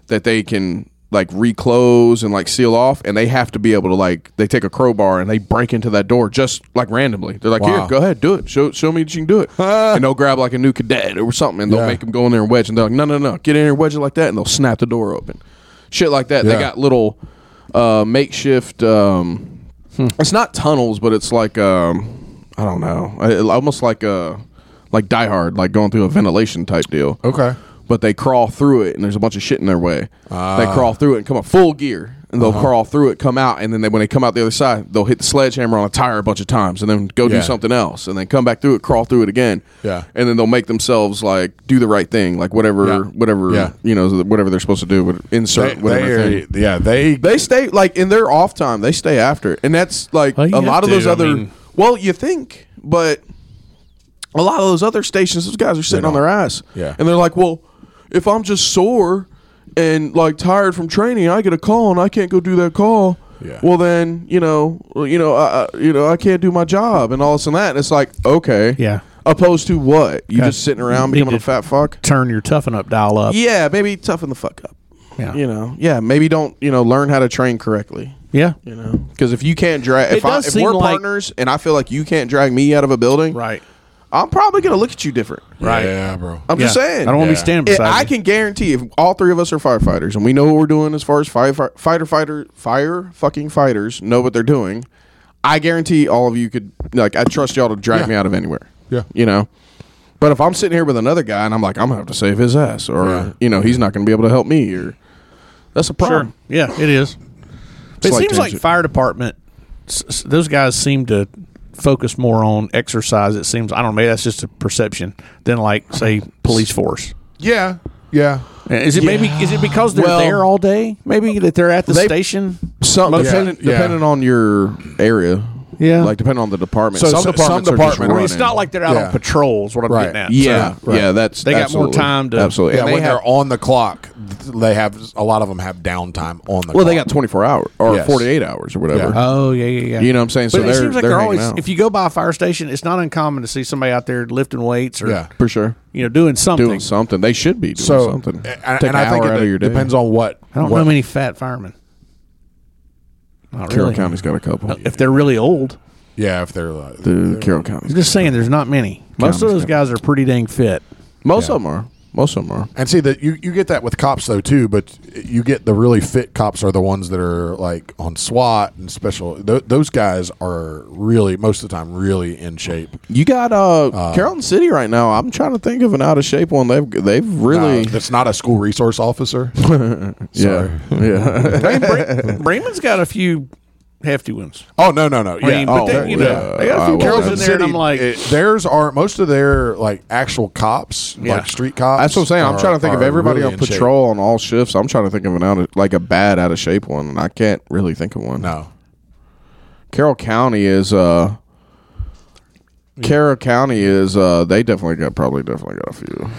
Speaker 2: that they can like reclose and like seal off and they have to be able to like they take a crowbar and they break into that door just like randomly. They're like,
Speaker 1: Wow.
Speaker 2: "Here, go ahead, do it. Show show me that you can
Speaker 1: [laughs]
Speaker 2: do it." and they'll grab like a new cadet or something and they'll
Speaker 1: Yeah.
Speaker 2: make them go in there and wedge and they're like, "No, no, no. Get in here, wedge it like that." And they'll snap the door open. Shit like that. They
Speaker 1: Yeah.
Speaker 2: got little uh, makeshift. Um,
Speaker 1: Hmm.
Speaker 2: It's not tunnels, but it's like um, I don't know, I- it- almost like a like Die Hard, like going through a ventilation type deal.
Speaker 1: okay.
Speaker 2: But they crawl through it, and there's a bunch of shit in their way. they
Speaker 1: Ah.
Speaker 2: crawl through it and come up full gear, and they'll
Speaker 1: Uh-huh.
Speaker 2: crawl through it, come out, and then they, when they come out the other side, they'll hit the sledgehammer on a tire a bunch of times, and then go
Speaker 1: Yeah.
Speaker 2: do something else, and then come back through it, crawl through it again.
Speaker 1: Yeah.
Speaker 2: And then they'll make themselves like do the right thing, like whatever,
Speaker 1: Yeah.
Speaker 2: whatever,
Speaker 1: Yeah.
Speaker 2: you know, whatever they're supposed to do, what-
Speaker 1: They,
Speaker 2: insert whatever. thing.
Speaker 1: they, yeah, they.
Speaker 2: They stay like in their off time. They stay after, it. and that's like
Speaker 3: Well, Oh, you
Speaker 2: a
Speaker 3: have
Speaker 2: lot of
Speaker 3: to,
Speaker 2: those
Speaker 3: I
Speaker 2: other.
Speaker 3: mean-
Speaker 2: well, you think, but a lot of those other stations, those guys are sitting
Speaker 1: They're
Speaker 2: on
Speaker 1: not.
Speaker 2: their ass.
Speaker 1: Yeah.
Speaker 2: and they're like, well, if I'm just sore and like tired from training, I get a call and I can't go do that call.
Speaker 1: Yeah.
Speaker 2: Well, then you know, well, you know, I, I- you know, I can't do my job and all this and that. And it's like, okay,
Speaker 3: Yeah.
Speaker 2: Opposed to what? You
Speaker 3: Okay.
Speaker 2: just sitting around
Speaker 3: Need
Speaker 2: becoming a
Speaker 3: to-
Speaker 2: fat fuck?
Speaker 3: Turn your toughen up dial up.
Speaker 2: Yeah, maybe toughen the fuck up.
Speaker 3: Yeah.
Speaker 2: You know, yeah, maybe don't you know learn how to train correctly.
Speaker 3: Yeah.
Speaker 2: You know, because if you can't drag,
Speaker 3: It
Speaker 2: if, I,
Speaker 3: does
Speaker 2: if
Speaker 3: seem
Speaker 2: we're
Speaker 3: like-
Speaker 2: partners and I feel like you can't drag me out of a building,
Speaker 3: Right.
Speaker 2: I'm probably gonna look at you different.
Speaker 3: Right.
Speaker 1: Yeah, bro.
Speaker 2: I'm just
Speaker 3: Yeah.
Speaker 2: saying.
Speaker 3: I don't want to
Speaker 1: Yeah.
Speaker 3: be standing
Speaker 2: It-
Speaker 3: beside
Speaker 2: I
Speaker 3: you.
Speaker 2: can guarantee if all three of us are firefighters and we know what we're doing as far as fire, fighter fighter fire fucking fighters know what they're doing, I guarantee all of you could like I trust y'all to drag
Speaker 1: Yeah.
Speaker 2: me out of anywhere.
Speaker 1: Yeah.
Speaker 2: You know. But if I'm sitting here with another guy and I'm like, I'm gonna have to save his ass or
Speaker 1: Yeah.
Speaker 2: you know, he's not gonna be able to help me or that's a problem.
Speaker 3: Sure. Yeah, it is. But it
Speaker 2: Slight
Speaker 3: seems like
Speaker 2: tangent.
Speaker 3: fire department. s- s- Those guys seem to focus more on exercise. It seems I don't know. Maybe that's just a perception than like say police force.
Speaker 1: Yeah. Yeah.
Speaker 3: Is it maybe is it because they're
Speaker 2: Well-
Speaker 3: there all day? Maybe that they're at the
Speaker 2: They-
Speaker 3: station.
Speaker 2: Some
Speaker 1: Most-
Speaker 2: depending,
Speaker 1: Yeah.
Speaker 2: depending on your area.
Speaker 3: Yeah.
Speaker 2: Like depending on the department.
Speaker 1: So
Speaker 2: some,
Speaker 1: so- some
Speaker 2: departments are just
Speaker 1: department- I mean,
Speaker 3: It's
Speaker 2: running.
Speaker 3: not like they're out
Speaker 1: Yeah.
Speaker 3: on patrols. What I'm
Speaker 1: Right.
Speaker 3: getting at.
Speaker 2: Yeah,
Speaker 3: So-
Speaker 2: yeah, that's
Speaker 3: They got more
Speaker 2: absolutely.
Speaker 3: time to-
Speaker 2: absolutely.
Speaker 1: Yeah,
Speaker 2: And they
Speaker 1: when
Speaker 2: have-
Speaker 1: they're on the clock, th- they have a lot of them have downtime on the.
Speaker 2: Well,
Speaker 1: clock.
Speaker 2: they got 24 hours or
Speaker 1: Yes.
Speaker 2: 48 hours or whatever.
Speaker 1: Yeah.
Speaker 3: Oh yeah, yeah, yeah.
Speaker 2: You know what I'm saying?
Speaker 3: But
Speaker 2: So
Speaker 3: it
Speaker 2: they're-
Speaker 3: seems like
Speaker 2: they're
Speaker 3: they're,
Speaker 2: hanging
Speaker 3: always.
Speaker 2: out.
Speaker 3: If you go by a fire station, it's not uncommon to see somebody out there lifting weights or
Speaker 1: Yeah.
Speaker 2: For sure.
Speaker 3: you know doing something.
Speaker 2: Doing something. They should be doing
Speaker 1: so,
Speaker 2: something.
Speaker 1: and,
Speaker 2: Take
Speaker 1: and
Speaker 2: an
Speaker 1: I think
Speaker 2: hour
Speaker 1: it
Speaker 2: out of your day.
Speaker 1: depends on what.
Speaker 3: I don't
Speaker 1: what,
Speaker 3: know many fat firemen. Not
Speaker 2: Carroll
Speaker 3: really.
Speaker 2: County's got a couple.
Speaker 3: If they're really old,
Speaker 1: Yeah, if they're uh, like,
Speaker 2: Dude, Carroll County's.
Speaker 3: I'm just saying there's not many. Most of those guys are pretty
Speaker 2: [laughs]
Speaker 3: dang fit.
Speaker 2: Most of them are. Most of them are.
Speaker 1: and see that you you get that with cops though too, but you get the really fit cops are the ones that are like on SWAT and special. Th- those guys are really most of the time really in shape.
Speaker 2: You got uh, Carrollton City right now. I'm trying to think of an out of shape one. They've they've really
Speaker 1: Uh, that's not a school resource officer.
Speaker 2: [laughs] yeah yeah. [laughs]
Speaker 3: I mean, Bre- Bremen's got a few hefty ones.
Speaker 1: oh no no no.
Speaker 3: I
Speaker 1: yeah.
Speaker 3: mean,
Speaker 1: oh,
Speaker 3: but they, you know,
Speaker 2: yeah. Uh,
Speaker 3: they got a
Speaker 2: I
Speaker 3: few
Speaker 2: will-
Speaker 3: girls
Speaker 1: Carrollton
Speaker 3: in there, and
Speaker 1: City,
Speaker 3: I'm like,
Speaker 1: it- theirs are most of their like actual cops,
Speaker 3: Yeah.
Speaker 1: like street cops.
Speaker 2: That's what I'm saying. I'm
Speaker 1: are-
Speaker 2: trying to think of
Speaker 1: are
Speaker 2: everybody
Speaker 1: really
Speaker 2: on
Speaker 1: in shape.
Speaker 2: patrol on all shifts. I'm trying to think of an out of, like a bad out of shape one, and I can't really think of one.
Speaker 1: No,
Speaker 2: Carroll County is uh Carroll County is uh they definitely got probably definitely got a few.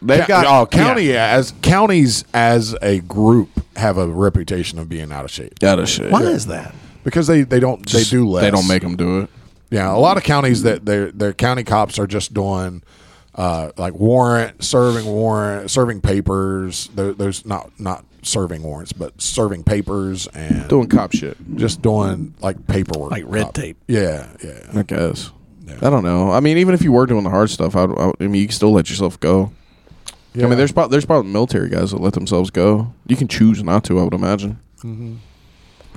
Speaker 2: They've
Speaker 1: Ca-
Speaker 2: got
Speaker 1: oh, county as counties as a group have a reputation of being out of shape
Speaker 2: out of shit.
Speaker 3: why is that?
Speaker 1: because they they don't they do less.
Speaker 2: They don't make them do it.
Speaker 1: Yeah, a lot of counties that their their county cops are just doing. Uh, like warrant serving warrant serving papers tho- those not not serving warrants but serving papers and
Speaker 2: Doing cop shit.
Speaker 1: just doing like paperwork Uh,
Speaker 3: Like red tape.
Speaker 1: yeah yeah
Speaker 2: I guess. I don't know. I mean, even if you were doing the hard stuff, I, I, I mean, you can still let yourself go. I
Speaker 1: Yeah.
Speaker 2: mean, there's probably there's probably military guys that let themselves go. You can choose not to. I would imagine. Mm-hmm.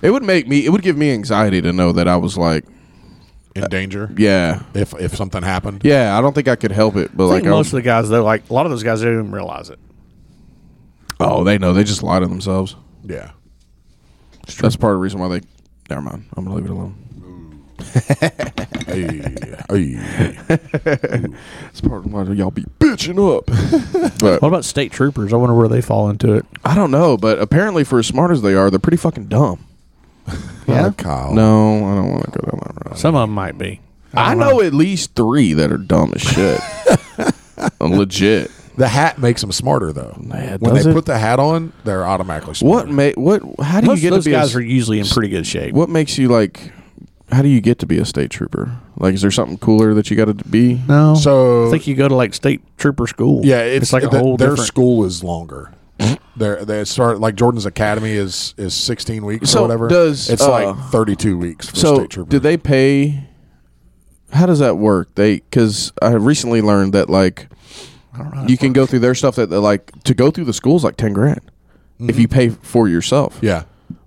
Speaker 2: It would make me. It would give me anxiety to know that I was like,
Speaker 1: in danger
Speaker 2: yeah,
Speaker 1: if if something happened
Speaker 2: yeah. I don't think I could help it, but
Speaker 3: I
Speaker 2: like,
Speaker 3: think
Speaker 2: um, I
Speaker 3: most
Speaker 2: was,
Speaker 3: of the guys, though, like a lot of those guys, they don't even realize it.
Speaker 2: oh, they know. They just lie to themselves.
Speaker 1: yeah
Speaker 2: That's part of the reason why they. Never mind. I'm gonna leave it alone.
Speaker 1: Hey, hey.
Speaker 2: That's part of why y'all be bitching up. [laughs] but
Speaker 3: What about state troopers? I wonder where they fall into it.
Speaker 2: I don't know. But apparently, for as smart as they are, they're pretty fucking dumb.
Speaker 1: yeah Kyle
Speaker 2: No, I don't want to go down that road.
Speaker 3: Some of them might be.
Speaker 2: I know at least three that are dumb as [laughs] shit. Legit.
Speaker 1: The hat makes them smarter, though.
Speaker 2: Yeah,
Speaker 1: when
Speaker 2: does
Speaker 1: they
Speaker 2: it?
Speaker 1: put the hat on, they're automatically smarter.
Speaker 2: What ma- What? How do
Speaker 3: Most
Speaker 2: you get
Speaker 3: of
Speaker 2: to
Speaker 3: those
Speaker 2: be?
Speaker 3: guys
Speaker 2: a,
Speaker 3: are usually in pretty good shape.
Speaker 2: what makes you like? How do you get to be a state trooper? Like, is there something cooler that you got to be?
Speaker 3: No,
Speaker 1: So
Speaker 3: I think you go to like state trooper school.
Speaker 1: yeah, it's,
Speaker 3: like a
Speaker 1: th-
Speaker 3: whole
Speaker 1: their
Speaker 3: different.
Speaker 1: school is longer. They're, they start like Jordan's Academy is is sixteen weeks
Speaker 2: So
Speaker 1: or whatever.
Speaker 2: does,
Speaker 1: it's
Speaker 2: uh,
Speaker 1: like thirty two weeks for
Speaker 2: So,
Speaker 1: state trooper.
Speaker 2: do they pay? How does that work? They because I recently learned that like
Speaker 3: I don't know.
Speaker 2: you can go through their stuff that they like to go through the schools like ten grand if you pay for yourself.
Speaker 1: yeah,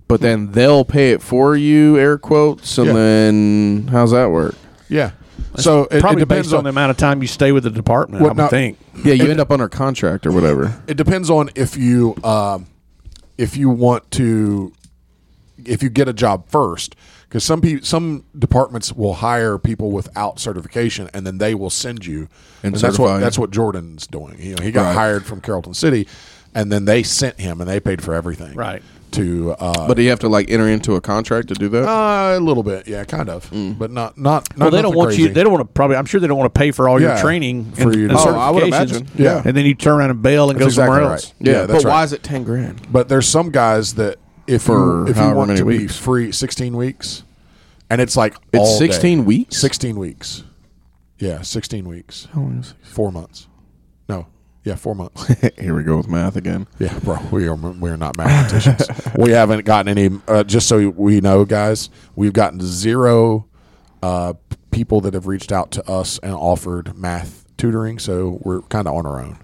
Speaker 2: But then they'll pay it for you, air quotes, and
Speaker 1: Yeah.
Speaker 2: then how's that work?
Speaker 1: yeah. So it, it
Speaker 3: Probably
Speaker 1: depends
Speaker 3: based on,
Speaker 1: on
Speaker 3: the amount of time you stay with the department.
Speaker 1: What
Speaker 3: I would
Speaker 1: not-
Speaker 3: think.
Speaker 2: Yeah, you end up under contract or whatever.
Speaker 1: it depends on if you um, if you want to if you get a job first because some people some departments will hire people without certification and then they will send you
Speaker 2: And
Speaker 1: and, that's what
Speaker 2: certify you.
Speaker 1: that's what Jordan's doing you know he got
Speaker 2: Right.
Speaker 1: hired from Carrollton City and then they sent him and they paid for everything
Speaker 3: Right.
Speaker 1: to uh,
Speaker 2: But do you have to like enter into a contract to do that?
Speaker 1: uh, a little bit, yeah, kind of,
Speaker 2: Mm.
Speaker 1: but not not. not
Speaker 3: well, they don't
Speaker 1: nothing
Speaker 3: want
Speaker 1: crazy.
Speaker 3: you. They don't want to probably. I'm sure they don't want to pay for all
Speaker 1: Yeah,
Speaker 3: your training
Speaker 1: for
Speaker 3: and,
Speaker 1: you
Speaker 3: and
Speaker 1: to-
Speaker 2: Oh, I would
Speaker 3: certifications,
Speaker 2: imagine.
Speaker 1: Yeah.
Speaker 3: And then you turn around and bail and
Speaker 1: That's
Speaker 3: go
Speaker 1: exactly
Speaker 3: somewhere
Speaker 1: right.
Speaker 3: else.
Speaker 1: Yeah, that's
Speaker 2: but
Speaker 1: right.
Speaker 2: why is it ten grand?
Speaker 1: But there's some guys that if
Speaker 2: For
Speaker 1: you, if you
Speaker 2: however
Speaker 1: want
Speaker 2: many
Speaker 1: to be
Speaker 2: weeks.
Speaker 1: free 16 weeks, and it's like
Speaker 2: It's
Speaker 1: all day.
Speaker 2: sixteen weeks.
Speaker 1: 16 weeks. Yeah, 16 weeks.
Speaker 2: How long is it?
Speaker 1: Four months. No. Yeah, four months.
Speaker 2: [laughs]
Speaker 3: [laughs]
Speaker 2: Here we go with math again.
Speaker 1: Yeah, bro, we are we are not
Speaker 3: [laughs]
Speaker 1: mathematicians. we haven't gotten any. Uh, just so we know, guys, we've gotten zero uh, p- people that have reached out to us and offered math tutoring. So we're kind of on our own.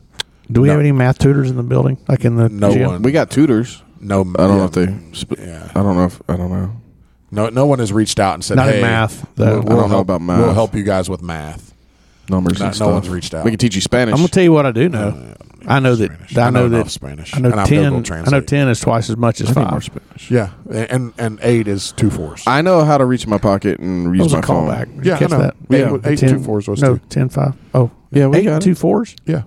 Speaker 3: Do we
Speaker 1: No.
Speaker 3: have any math tutors in the building? Like in the
Speaker 1: No
Speaker 3: gym?
Speaker 1: one.
Speaker 2: We got tutors.
Speaker 1: No,
Speaker 2: I don't know if they. Sp-
Speaker 1: Yeah.
Speaker 2: I don't know if I don't know.
Speaker 1: No, no one has reached out and said,
Speaker 3: Not in
Speaker 1: "Hey,
Speaker 3: math, though.
Speaker 1: We'll,
Speaker 3: I
Speaker 2: don't
Speaker 1: we'll
Speaker 2: know
Speaker 1: help-
Speaker 2: about math.
Speaker 1: We'll help you guys with math."
Speaker 2: numbers
Speaker 1: No-
Speaker 2: and
Speaker 1: no
Speaker 2: stuff.
Speaker 1: one's reached out.
Speaker 2: We can teach you Spanish.
Speaker 3: I'm gonna tell you what I do know. I know that
Speaker 1: Uh, Spanish.
Speaker 3: I know
Speaker 1: enough
Speaker 3: that
Speaker 1: Spanish.
Speaker 3: I know
Speaker 1: and Google
Speaker 3: ten. I know
Speaker 1: Translate.
Speaker 3: ten is twice as much as
Speaker 2: I need more
Speaker 3: five.
Speaker 2: Spanish.
Speaker 1: Yeah, and and, and eight is two fours.
Speaker 2: I know how to reach in my pocket and
Speaker 3: That
Speaker 2: use
Speaker 3: was a
Speaker 2: my phone.
Speaker 3: callback. Did you
Speaker 1: yeah, I
Speaker 3: catch
Speaker 1: know.
Speaker 3: that?
Speaker 1: Eight,
Speaker 2: Yeah.
Speaker 1: wa- eight
Speaker 3: Ten-
Speaker 1: two fours was
Speaker 3: no
Speaker 1: two.
Speaker 3: ten five. Oh,
Speaker 2: Yeah, we
Speaker 3: eight
Speaker 2: got it.
Speaker 3: two fours.
Speaker 1: Yeah,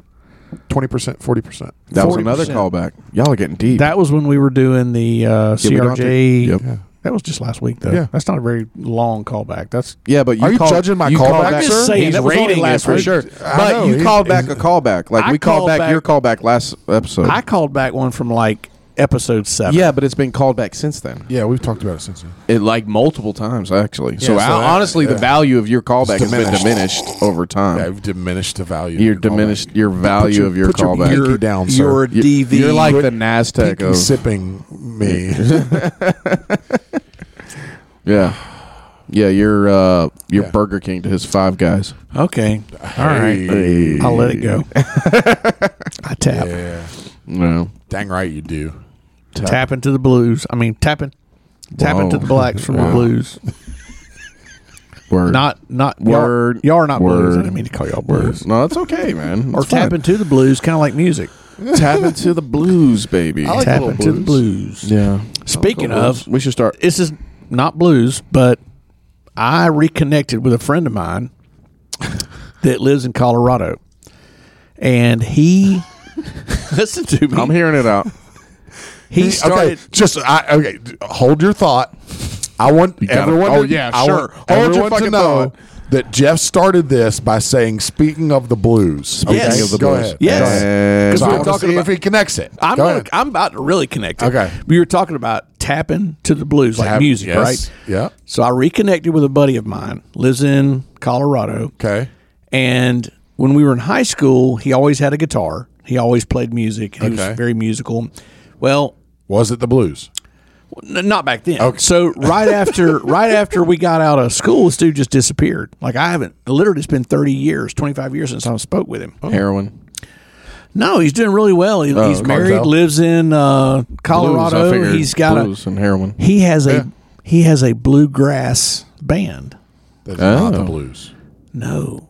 Speaker 1: twenty percent, forty percent.
Speaker 2: That was another
Speaker 3: 40%.
Speaker 2: callback. Y'all are getting deep.
Speaker 3: That was when we were doing the uh,
Speaker 2: Yeah, we don't have to-
Speaker 3: CRJ.
Speaker 2: Yep.
Speaker 1: Yeah.
Speaker 3: That was just last week, though.
Speaker 1: Yeah.
Speaker 3: That's not a very long callback. That's
Speaker 2: Yeah, but you
Speaker 1: Are you
Speaker 2: called-
Speaker 1: judging my
Speaker 2: you
Speaker 1: callback,
Speaker 2: called back-
Speaker 1: I'm just
Speaker 3: saying,
Speaker 2: He's
Speaker 3: that was only
Speaker 2: rating it
Speaker 3: last
Speaker 2: for
Speaker 3: week.
Speaker 2: sure.
Speaker 1: I
Speaker 2: But
Speaker 1: know,
Speaker 2: you
Speaker 1: he-
Speaker 2: called
Speaker 1: he's-
Speaker 2: back a callback. Like
Speaker 3: I
Speaker 2: we called
Speaker 3: called
Speaker 2: back,
Speaker 3: back-
Speaker 2: your callback last episode.
Speaker 3: I called back one from like episode seven.
Speaker 2: yeah, but it's been called back since then.
Speaker 1: Yeah, we've talked about it since then.
Speaker 2: It like multiple times actually. so
Speaker 1: so
Speaker 2: I-
Speaker 1: that-
Speaker 2: honestly,
Speaker 1: yeah.
Speaker 2: the value of your callback has been
Speaker 1: diminished.
Speaker 2: diminished over time.
Speaker 1: Yeah, I've diminished the value. of
Speaker 2: You're
Speaker 1: your callback.
Speaker 2: diminished your value
Speaker 1: your-
Speaker 2: of your
Speaker 1: put your
Speaker 2: callback.
Speaker 1: pinky down, sir.
Speaker 2: You're,
Speaker 1: Your
Speaker 2: you're
Speaker 1: DV.
Speaker 2: like
Speaker 1: Quit
Speaker 2: the Nasdaq
Speaker 1: Pinky
Speaker 2: of
Speaker 1: sipping me.
Speaker 2: yeah, yeah. You're uh, you're
Speaker 1: Yeah.
Speaker 2: Burger King to his five guys.
Speaker 3: Okay. All right.
Speaker 1: Hey.
Speaker 3: I'll let it [laughs] go. I
Speaker 1: [laughs]
Speaker 3: tap.
Speaker 1: Yeah,
Speaker 2: No,
Speaker 1: dang right you do.
Speaker 3: Tap into the blues. I mean, tapping. Tapping
Speaker 2: Whoa.
Speaker 3: to the blacks [laughs] from
Speaker 2: Wow.
Speaker 3: the blues.
Speaker 2: word.
Speaker 3: Not, not,
Speaker 2: Word.
Speaker 3: Y'all, y'all are not blues. I
Speaker 2: Word.
Speaker 3: didn't mean to call y'all
Speaker 2: Word.
Speaker 3: blues.
Speaker 2: No, that's okay, man.
Speaker 3: Or
Speaker 2: It's fine.
Speaker 3: tap into the blues, kind of like music.
Speaker 2: tap into the
Speaker 3: [laughs]
Speaker 2: blues, baby.
Speaker 1: I like
Speaker 3: tap
Speaker 1: a little
Speaker 3: into the blues.
Speaker 2: yeah.
Speaker 3: Speaking
Speaker 2: Go Bulls.
Speaker 3: of,
Speaker 2: we should start.
Speaker 3: this is not blues, but I reconnected with a friend of mine that lives in Colorado,
Speaker 1: [laughs]
Speaker 3: and he listen to me.
Speaker 2: I'm hearing it out.
Speaker 3: He started.
Speaker 1: Okay, just I, okay. d- Hold your thought. I want
Speaker 2: gotta-
Speaker 1: everyone.
Speaker 2: oh,
Speaker 1: to,
Speaker 2: yeah,
Speaker 1: I
Speaker 2: sure.
Speaker 1: want
Speaker 2: Hold your
Speaker 1: everyone to
Speaker 2: fucking
Speaker 1: know
Speaker 2: thought.
Speaker 1: that Jeff started this by saying, "Speaking of the blues."
Speaker 3: Yes.
Speaker 2: of the
Speaker 1: go
Speaker 2: blues.
Speaker 1: ahead.
Speaker 3: Yes.
Speaker 1: Go ahead.
Speaker 2: And-
Speaker 1: So
Speaker 3: we
Speaker 1: I
Speaker 3: were
Speaker 1: wanna
Speaker 3: talking
Speaker 1: see
Speaker 3: about-
Speaker 1: if he connects it.
Speaker 3: I'm
Speaker 1: Go
Speaker 3: gonna,
Speaker 1: ahead.
Speaker 3: I'm about to really connect. It.
Speaker 1: Okay.
Speaker 3: we were talking about tapping to the blues, like
Speaker 1: Tap-
Speaker 3: music,
Speaker 1: yes.
Speaker 3: right?
Speaker 1: Yeah.
Speaker 3: So I reconnected with a buddy of mine lives in Colorado.
Speaker 1: Okay.
Speaker 3: And when we were in high school, he always had a guitar. He always played music. He
Speaker 1: Okay.
Speaker 3: was very musical. Well,
Speaker 1: Was it the blues?
Speaker 3: n- not back then.
Speaker 1: Okay.
Speaker 3: So right after [laughs] right after we got out of school, this dude just disappeared. Like I haven't literally it's been thirty years, twenty five years since I spoke with
Speaker 2: Oh.
Speaker 3: him.
Speaker 2: Heroin.
Speaker 3: No, he's doing really well. He- he's married,
Speaker 1: cartel.
Speaker 3: lives in uh, Colorado.
Speaker 2: Blues, I figured.
Speaker 3: he's got
Speaker 2: blues and heroin.
Speaker 3: a he has a he has a bluegrass band.
Speaker 1: That's
Speaker 2: Oh.
Speaker 1: not the blues.
Speaker 3: No.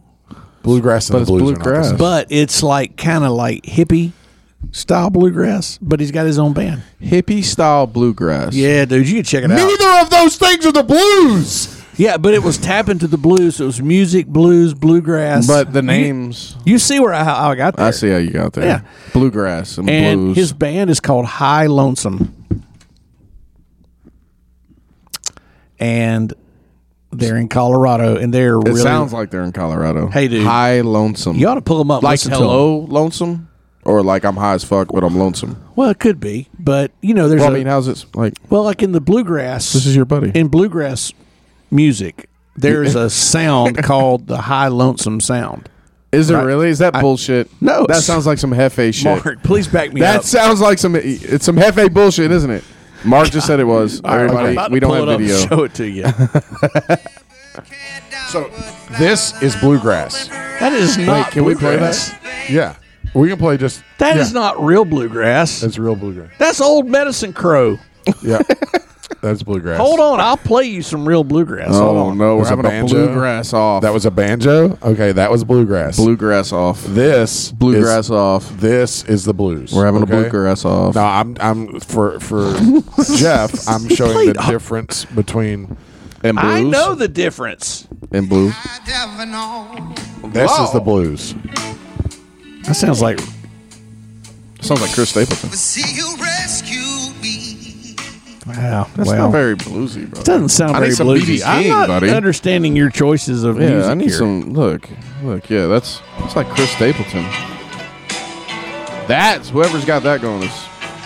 Speaker 1: Bluegrass and
Speaker 2: But
Speaker 1: the
Speaker 2: it's
Speaker 1: blues.
Speaker 2: bluegrass.
Speaker 1: Are not the
Speaker 3: But it's like kind of like hippie style bluegrass, but he's got his own band.
Speaker 2: Hippie style bluegrass.
Speaker 3: Yeah, dude, you can check it
Speaker 1: same.
Speaker 3: out.
Speaker 1: neither of those things are the blues.
Speaker 3: Yeah, but it was tap into the blues. It was music, blues, bluegrass.
Speaker 2: But the names.
Speaker 3: you, you see where I, how I got there.
Speaker 2: I see how you got there.
Speaker 3: Yeah.
Speaker 2: Bluegrass and,
Speaker 3: And
Speaker 2: blues.
Speaker 3: his band is called High Lonesome, and they're in Colorado, and they're
Speaker 2: it
Speaker 3: really
Speaker 2: sounds like they're in Colorado.
Speaker 3: Hey, dude.
Speaker 2: High lonesome.
Speaker 3: you ought to pull them up.
Speaker 2: like
Speaker 3: listen to 'em.
Speaker 2: hello lonesome, or like I'm high as fuck, but I'm lonesome.
Speaker 3: Well, it could be, but you know, there's
Speaker 2: Well,
Speaker 3: a,
Speaker 2: I mean, how's it like?
Speaker 3: well, like in the bluegrass.
Speaker 2: This is your buddy.
Speaker 3: in bluegrass music.
Speaker 2: [laughs]
Speaker 3: There's a sound called the High Lonesome sound.
Speaker 2: Is there really? Is that bullshit?
Speaker 3: No.
Speaker 2: That sounds like some hefe shit.
Speaker 3: Mark, please back me
Speaker 2: that
Speaker 3: up.
Speaker 2: sounds like some it's some hefe bullshit, isn't it? Mark just said it was.
Speaker 3: [laughs] All right, I'm
Speaker 2: Everybody,
Speaker 3: about to
Speaker 2: we don't have
Speaker 3: pull it up and
Speaker 2: video.
Speaker 3: Show it to you.
Speaker 2: [laughs]
Speaker 1: So this is bluegrass.
Speaker 3: That is not.
Speaker 2: can we play
Speaker 3: bluegrass.
Speaker 1: Yeah, we can play just.
Speaker 3: That
Speaker 1: yeah.
Speaker 3: is not real bluegrass.
Speaker 1: That's real bluegrass.
Speaker 3: That's old medicine crow. [laughs]
Speaker 1: Yeah, that's bluegrass.
Speaker 3: Hold on, I'll play you some real bluegrass. Hold
Speaker 2: Oh
Speaker 3: on.
Speaker 2: no, we're
Speaker 1: There's a
Speaker 2: having a
Speaker 1: banjo.
Speaker 2: bluegrass off.
Speaker 1: That was a banjo. Okay, that was bluegrass.
Speaker 2: bluegrass off.
Speaker 1: This
Speaker 2: Bluegrass
Speaker 1: Is,
Speaker 2: off.
Speaker 1: this is the blues.
Speaker 2: We're having a
Speaker 1: okay?
Speaker 2: bluegrass off.
Speaker 1: No, I'm I'm for
Speaker 2: [laughs]
Speaker 1: for Jeff. I'm showing
Speaker 3: played
Speaker 1: the
Speaker 3: up.
Speaker 1: difference between.
Speaker 2: And blues.
Speaker 3: I know the difference.
Speaker 2: And blue.
Speaker 4: I never know.
Speaker 1: This
Speaker 3: Wow.
Speaker 1: is the blues.
Speaker 3: That sounds like
Speaker 2: Sounds like Chris Stapleton.
Speaker 4: But see, you rescued me.
Speaker 3: Wow,
Speaker 2: That's
Speaker 3: wow.
Speaker 2: not very bluesy, bro.
Speaker 3: It doesn't sound
Speaker 2: I
Speaker 3: very
Speaker 2: need some
Speaker 3: bluesy.
Speaker 2: BB
Speaker 3: I'm
Speaker 2: King,
Speaker 3: not
Speaker 2: buddy.
Speaker 3: understanding your choices of
Speaker 2: yeah,
Speaker 3: music
Speaker 2: I need
Speaker 3: here.
Speaker 2: some. Look, look. Yeah, that's it's like Chris Stapleton. That's whoever's got that going is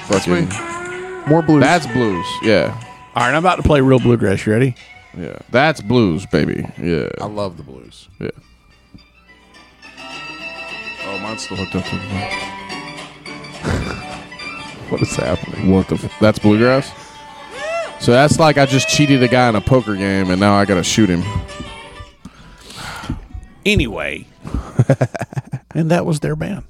Speaker 2: fucking.
Speaker 1: More blues.
Speaker 2: That's blues. Yeah,
Speaker 3: All right, I'm about to play real bluegrass. You ready?
Speaker 2: yeah. That's blues, baby. Yeah,
Speaker 1: I love the blues.
Speaker 2: yeah. Oh, mine's still hooked up to the
Speaker 1: What is happening?
Speaker 2: [laughs] What the? F- that's bluegrass. So that's like I just cheated a guy in a poker game, and now I gotta shoot him. [laughs]
Speaker 3: Anyway, and that was their band.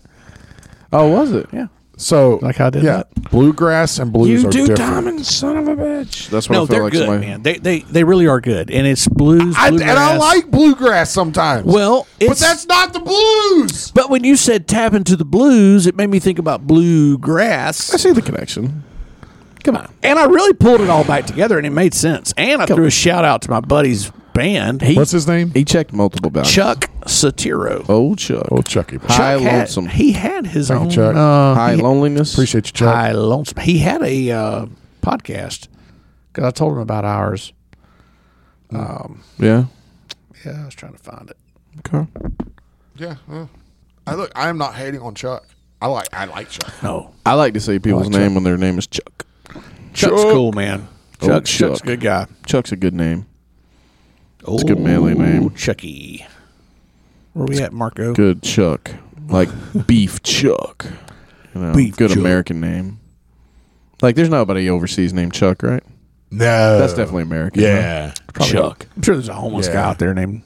Speaker 2: Oh, was it?
Speaker 3: Yeah.
Speaker 1: So
Speaker 3: Like how I did
Speaker 1: yeah, bluegrass and blues are different.
Speaker 2: son of a bitch. That's what
Speaker 3: No,
Speaker 2: I feel
Speaker 3: they're
Speaker 2: like.
Speaker 3: good,
Speaker 2: somebody-
Speaker 3: man. They, they they really are good, and it's blues.
Speaker 1: I, and I
Speaker 3: bluegrass.
Speaker 1: like bluegrass sometimes.
Speaker 3: Well,
Speaker 1: but
Speaker 3: it's-
Speaker 1: that's not the blues.
Speaker 3: But when you said tap into the blues, it made me think about
Speaker 2: I
Speaker 3: bluegrass.
Speaker 2: see the connection.
Speaker 3: Come on. And I really pulled it all back together and it made sense. And I threw a shout out to my buddy's band. He,
Speaker 1: What's his name?
Speaker 2: He checked multiple boundaries.
Speaker 3: Chuck Satiro.
Speaker 2: Old Chuck.
Speaker 1: Oh, Chucky.
Speaker 2: Hi.
Speaker 1: Hi,
Speaker 2: High
Speaker 3: Chuck had-
Speaker 2: Lonesome.
Speaker 3: He had his
Speaker 1: you,
Speaker 3: own
Speaker 1: Chuck.
Speaker 3: Uh,
Speaker 2: High loneliness.
Speaker 1: appreciate you, Chuck.
Speaker 3: High Lonesome. He had a uh, podcast because I told him about ours.
Speaker 2: Yeah.
Speaker 3: Yeah, I was trying to find it.
Speaker 2: Okay.
Speaker 1: Yeah. uh, I look. I am not hating on Chuck. I like. I like Chuck.
Speaker 3: No.
Speaker 2: I like to say people's name when their name is Chuck.
Speaker 3: Chuck's cool, man.
Speaker 2: Old
Speaker 3: Chuck, Chuck's
Speaker 2: Chuck.
Speaker 3: a good guy.
Speaker 2: Chuck's a good name.
Speaker 3: Oh,
Speaker 2: a good manly name.
Speaker 3: Chucky. Where we at, Marco?
Speaker 2: Good Chuck.
Speaker 1: [laughs]
Speaker 2: Like Beef Chuck. You know,
Speaker 3: Beef
Speaker 2: good
Speaker 3: Chuck.
Speaker 2: American name. Like there's nobody overseas named Chuck, right?
Speaker 1: No,
Speaker 2: That's definitely American. right?
Speaker 1: Uh, yeah.
Speaker 3: Chuck. I'm sure there's a homeless
Speaker 1: Yeah.
Speaker 3: guy out there named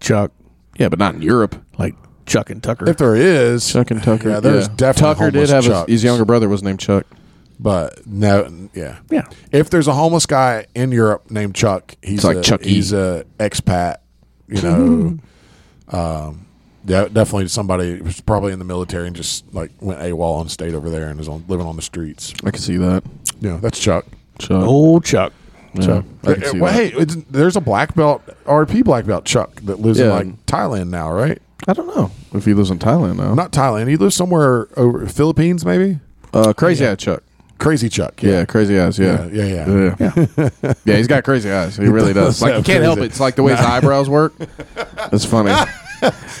Speaker 3: Chuck,
Speaker 2: Yeah, but not in Europe.
Speaker 3: like Chuck and Tucker.
Speaker 1: If there is,
Speaker 2: Chuck and Tucker.
Speaker 1: Yeah, there's definitely
Speaker 2: Tucker did
Speaker 1: homeless
Speaker 2: have
Speaker 1: Chucks.
Speaker 2: a, his younger brother was named Chuck.
Speaker 1: but no, yeah,
Speaker 3: yeah,
Speaker 1: If there's a homeless guy in Europe named Chuck, he's
Speaker 2: It's like
Speaker 1: a,
Speaker 2: Chuck E.
Speaker 1: He's a expat, you know. um,
Speaker 2: [laughs]
Speaker 1: yeah, definitely somebody who was probably in the military and just like went AWOL and stayed over there and is on, living on the streets.
Speaker 2: I can see that.
Speaker 1: Yeah, that's Chuck.
Speaker 2: Chuck.
Speaker 3: old Chuck.
Speaker 2: yeah, I can
Speaker 1: Uh,
Speaker 2: see
Speaker 1: well,
Speaker 2: that.
Speaker 1: hey, it's, there's a black belt RP black belt Chuck that lives in
Speaker 2: Yeah.
Speaker 1: like Thailand now, right?
Speaker 2: I don't know if he lives in Thailand now.
Speaker 1: Not Thailand. He lives somewhere over Philippines, maybe.
Speaker 2: Uh, crazy Eye Chuck.
Speaker 1: Crazy Chuck.
Speaker 2: Yeah, crazy eyes. Yeah,
Speaker 1: Yeah, yeah,
Speaker 2: yeah.
Speaker 1: yeah.
Speaker 2: Yeah. [laughs] Yeah, he's got crazy eyes. He really does.
Speaker 1: does
Speaker 2: Like you
Speaker 1: have
Speaker 2: can't help it.
Speaker 1: crazy-
Speaker 2: It's like the way his eyebrows work. It's funny.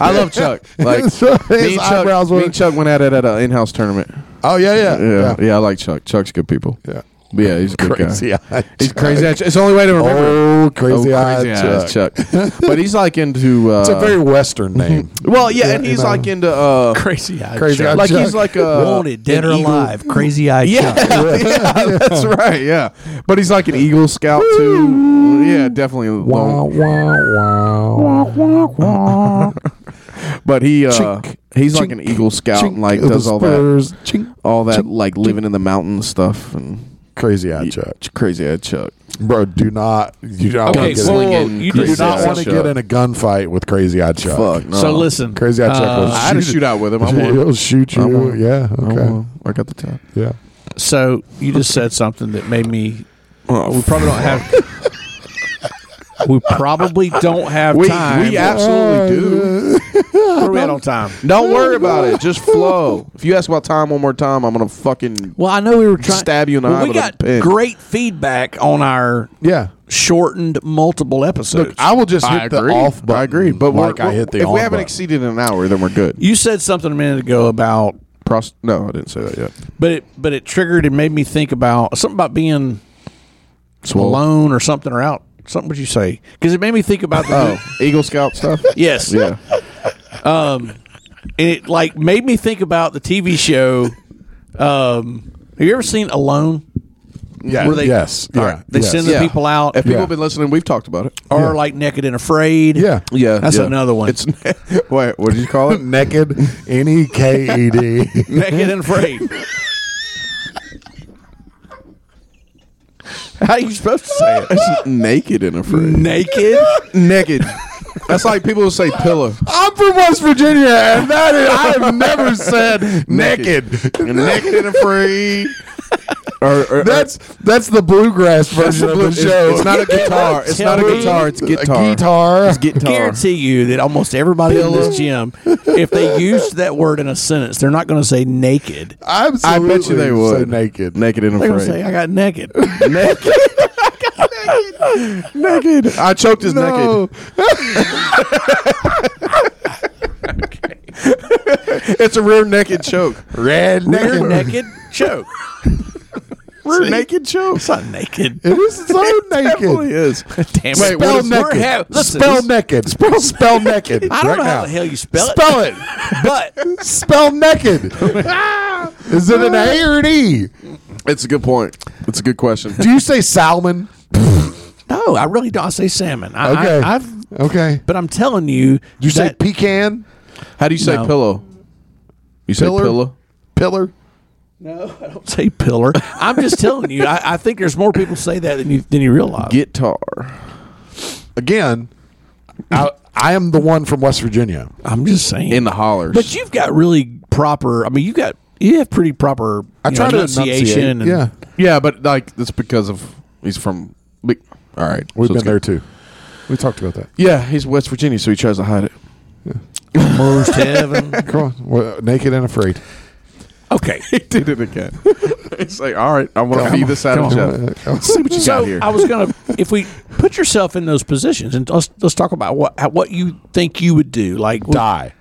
Speaker 2: I love
Speaker 1: [laughs]
Speaker 2: Chuck. Like
Speaker 1: His
Speaker 2: me and Chuck,
Speaker 1: eyebrows
Speaker 2: me
Speaker 1: work.
Speaker 2: and Chuck went at it at an in-house tournament.
Speaker 1: Oh yeah, yeah,
Speaker 2: Yeah, yeah. I like Chuck. Chuck's good people.
Speaker 1: yeah.
Speaker 2: But yeah, he's a good
Speaker 1: Crazy
Speaker 2: guy.
Speaker 1: eye.
Speaker 2: He's crazy. Eye Chuck. [laughs] It's the only way to remember. him.
Speaker 1: Oh, crazy,
Speaker 2: Oh,
Speaker 1: eye,
Speaker 2: crazy
Speaker 1: Chuck.
Speaker 2: eyes Chuck. but he's like into.
Speaker 1: [laughs]
Speaker 2: Uh,
Speaker 1: It's a very Western
Speaker 2: [laughs]
Speaker 1: name.
Speaker 2: well, yeah, and
Speaker 1: you
Speaker 2: he's
Speaker 1: know.
Speaker 2: like into.
Speaker 1: [laughs]
Speaker 2: Uh,
Speaker 3: Crazy eye.
Speaker 1: Crazy
Speaker 3: Chuck.
Speaker 1: Eye
Speaker 2: like he's
Speaker 1: Chuck.
Speaker 2: like a
Speaker 3: wanted dead
Speaker 2: an
Speaker 3: or
Speaker 2: Eagle-
Speaker 3: alive. Crazy eye.
Speaker 2: Yeah, [laughs]
Speaker 3: Chuck.
Speaker 2: yeah, that's right. Yeah, but he's like an Eagle Scout too. Yeah, definitely.
Speaker 1: wow,
Speaker 2: long-
Speaker 1: wow, wow.
Speaker 2: [laughs] But he uh,
Speaker 1: Chink,
Speaker 2: he's like an
Speaker 1: chink,
Speaker 2: Eagle Scout and like
Speaker 1: With
Speaker 2: does
Speaker 1: the
Speaker 2: all that
Speaker 1: spurs. Chink.
Speaker 2: all that like living in the mountain stuff and
Speaker 1: Crazy eye Chuck.
Speaker 2: Ch- crazy head Chuck.
Speaker 1: Bro, do not. You do not
Speaker 3: Okay,
Speaker 1: want to
Speaker 3: so-
Speaker 1: get, in-
Speaker 3: whoa,
Speaker 2: Slinging
Speaker 3: you
Speaker 1: you
Speaker 2: crazy
Speaker 1: do
Speaker 3: just
Speaker 1: not
Speaker 2: eyed
Speaker 3: said-
Speaker 1: want to
Speaker 2: Chuck.
Speaker 1: get in a gunfight with Crazy Eye Chuck.
Speaker 2: Fuck. No.
Speaker 3: So listen, uh,
Speaker 1: Crazy Eye Chuck was-
Speaker 2: I had a shootout with him. I won.
Speaker 1: [laughs] He'll shoot
Speaker 2: I
Speaker 1: you.
Speaker 2: won.
Speaker 1: Yeah.
Speaker 2: I
Speaker 1: Okay.
Speaker 2: won. I got the top.
Speaker 1: Yeah.
Speaker 3: So you just said something that made me. We
Speaker 2: Oh,
Speaker 3: probably don't have. we probably don't have
Speaker 2: we
Speaker 3: time.
Speaker 2: we absolutely do.
Speaker 3: Where are we at on time?
Speaker 2: Don't worry about
Speaker 1: [laughs]
Speaker 2: it. Just flow. If you ask about time one more time, I'm gonna fucking
Speaker 3: Well, I know we were trying
Speaker 2: Stab you in the eye
Speaker 3: well, We
Speaker 2: with a
Speaker 3: got
Speaker 2: pin.
Speaker 3: great feedback on our
Speaker 1: Yeah.
Speaker 3: shortened multiple episodes.
Speaker 1: I will just hit
Speaker 2: I
Speaker 1: the
Speaker 2: agree.
Speaker 1: off button.
Speaker 2: I agree. But we're-
Speaker 1: like I
Speaker 2: we're-
Speaker 1: hit the
Speaker 2: if
Speaker 1: on
Speaker 2: we haven't
Speaker 1: button.
Speaker 2: exceeded an hour, then we're good.
Speaker 3: you said something a minute ago about
Speaker 2: Prost- no, I didn't say that yet.
Speaker 3: But it but it triggered and made me think about something about being alone or something or out. Something would you say? Because it made me think about the
Speaker 2: Oh, Eagle
Speaker 1: [laughs]
Speaker 2: Scout stuff.
Speaker 3: yes,
Speaker 2: Yeah.
Speaker 3: and it like made me think about the TV show. Um, have you ever seen Alone?
Speaker 1: Yeah.
Speaker 3: Where they-
Speaker 1: yes. Yeah.
Speaker 3: All right. They
Speaker 1: yes.
Speaker 3: send the
Speaker 2: Yeah.
Speaker 3: people out
Speaker 2: If people
Speaker 1: Yeah.
Speaker 2: have been listening, we've talked about it.
Speaker 3: or like naked and afraid.
Speaker 1: Yeah.
Speaker 2: Yeah,
Speaker 3: That's another one.
Speaker 2: It's [laughs] wait, what did you call [laughs] it?
Speaker 1: Naked. N E K E D.
Speaker 3: [laughs] naked and afraid. How are you supposed to say it?
Speaker 2: It's naked and afraid.
Speaker 3: [laughs] Naked.
Speaker 2: Naked. That's like people who say pillow.
Speaker 1: [laughs] I'm from West Virginia, and that is, I have never said naked.
Speaker 2: [laughs] naked and afraid. Or, or-
Speaker 1: [laughs]
Speaker 2: or-
Speaker 1: That's that's the bluegrass
Speaker 2: it's,
Speaker 1: version of the
Speaker 2: it's,
Speaker 1: show.
Speaker 2: it's not a guitar. It's not a
Speaker 3: Tell me.
Speaker 2: guitar. It's guitar.
Speaker 1: A guitar.
Speaker 2: It's guitar.
Speaker 3: guarantee you that almost everybody in this gym, if they used that word in a sentence, they're not going to say naked.
Speaker 2: I
Speaker 1: Absolutely.
Speaker 2: bet you they would.
Speaker 1: So naked.
Speaker 2: Naked and
Speaker 3: They're going to say,
Speaker 2: afraid.
Speaker 3: I got naked.
Speaker 2: Naked.
Speaker 3: [laughs]
Speaker 2: naked. I choked his
Speaker 1: No.
Speaker 2: naked. It's a rear naked choke.
Speaker 1: Red
Speaker 3: Rear
Speaker 1: naked.
Speaker 3: naked choke.
Speaker 2: Rear
Speaker 1: See?
Speaker 2: naked choke.
Speaker 3: It's not naked.
Speaker 1: It is so naked.
Speaker 2: Definitely [laughs] is.
Speaker 3: Damn it.
Speaker 1: Wait,
Speaker 2: Spell
Speaker 1: what is
Speaker 2: naked.
Speaker 1: naked?
Speaker 3: Listen,
Speaker 1: spell
Speaker 3: this-
Speaker 1: naked. Spell, spell naked.
Speaker 3: I don't
Speaker 1: right
Speaker 3: know
Speaker 1: now.
Speaker 3: how the hell you spell it.
Speaker 1: Spell it.
Speaker 3: But
Speaker 1: Spell naked. is it an A or an E?
Speaker 2: It's a good point. It's a good question.
Speaker 1: Do you say salmon?
Speaker 3: no, I really don't. I say salmon. I,
Speaker 1: Okay.
Speaker 3: I, I've,
Speaker 1: Okay.
Speaker 3: but I'm telling you,
Speaker 1: You say
Speaker 3: that-
Speaker 1: pecan?
Speaker 2: How do you say
Speaker 3: No.
Speaker 2: pillow? You say
Speaker 1: Pillar?
Speaker 2: pillow?
Speaker 1: Pillar?
Speaker 3: don't say pillar. I'm just telling you. I, I think there's more people say that than you than you realize.
Speaker 2: Guitar.
Speaker 1: Again, I, I am the one from West Virginia.
Speaker 3: I'm just saying.
Speaker 2: In the hollers.
Speaker 3: but you've got really proper. I mean, you got you have pretty proper.
Speaker 1: I
Speaker 3: you
Speaker 1: try
Speaker 3: know,
Speaker 1: to
Speaker 3: enunciation.
Speaker 1: enunciate.
Speaker 3: and-
Speaker 1: Yeah.
Speaker 2: yeah, but like that's because of he's from big, all right.
Speaker 1: We've
Speaker 2: so
Speaker 1: been
Speaker 2: it's
Speaker 1: there too.
Speaker 2: good.
Speaker 1: We talked about that.
Speaker 2: Yeah, he's West Virginia, so he tries to hide
Speaker 1: [laughs]
Speaker 2: it.
Speaker 3: Most heaven.
Speaker 1: Come on. We're naked and afraid.
Speaker 3: Okay.
Speaker 2: He did it [laughs] again. it's like, all right, I want to
Speaker 1: Come
Speaker 2: feed
Speaker 1: on,
Speaker 2: this out of
Speaker 1: come
Speaker 2: Jeff.
Speaker 1: on.
Speaker 2: See what you
Speaker 3: So
Speaker 2: got here.
Speaker 3: I was gonna, if we put yourself in those positions, and let's let's talk about what how- what you think you would do, like die,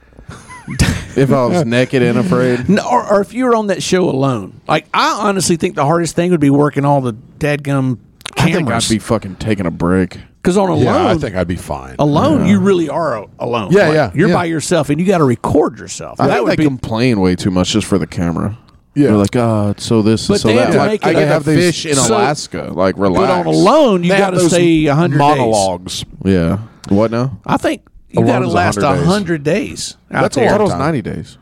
Speaker 2: if I was naked and
Speaker 3: [laughs]
Speaker 2: afraid,
Speaker 3: No, or, or if you were on that show alone. Like I honestly think the hardest thing would be working all the dadgum
Speaker 2: I think
Speaker 3: cameras.
Speaker 2: I'd
Speaker 3: [laughs]
Speaker 2: be fucking taking a break.
Speaker 3: because on alone,
Speaker 1: Yeah, I think I'd be fine.
Speaker 3: alone you really are a- alone.
Speaker 1: Yeah,
Speaker 3: Like,
Speaker 1: yeah,
Speaker 3: You're
Speaker 1: yeah.
Speaker 3: by yourself, and you got to record yourself.
Speaker 2: I
Speaker 3: that
Speaker 2: think
Speaker 3: would
Speaker 2: they
Speaker 3: be.
Speaker 2: complain way too much just for the camera.
Speaker 1: Yeah.
Speaker 2: They're like, oh, it's so this,
Speaker 3: But
Speaker 2: and so
Speaker 3: they
Speaker 2: that.
Speaker 3: have to
Speaker 2: Like,
Speaker 3: make
Speaker 2: I
Speaker 3: it-
Speaker 2: get
Speaker 1: they have
Speaker 2: the
Speaker 1: these-
Speaker 2: fish in
Speaker 3: So-
Speaker 2: Alaska. Like, relax.
Speaker 3: but on alone, you
Speaker 1: They have
Speaker 3: got to
Speaker 1: those
Speaker 3: stay hundred Days.
Speaker 1: monologues.
Speaker 2: Yeah. What now?
Speaker 3: I think you
Speaker 1: Alone's
Speaker 3: got to last
Speaker 1: 100 days.
Speaker 3: hundred days. out
Speaker 1: That's a
Speaker 3: there.
Speaker 1: lot
Speaker 2: That
Speaker 1: of
Speaker 2: was
Speaker 1: time.
Speaker 2: 90 days.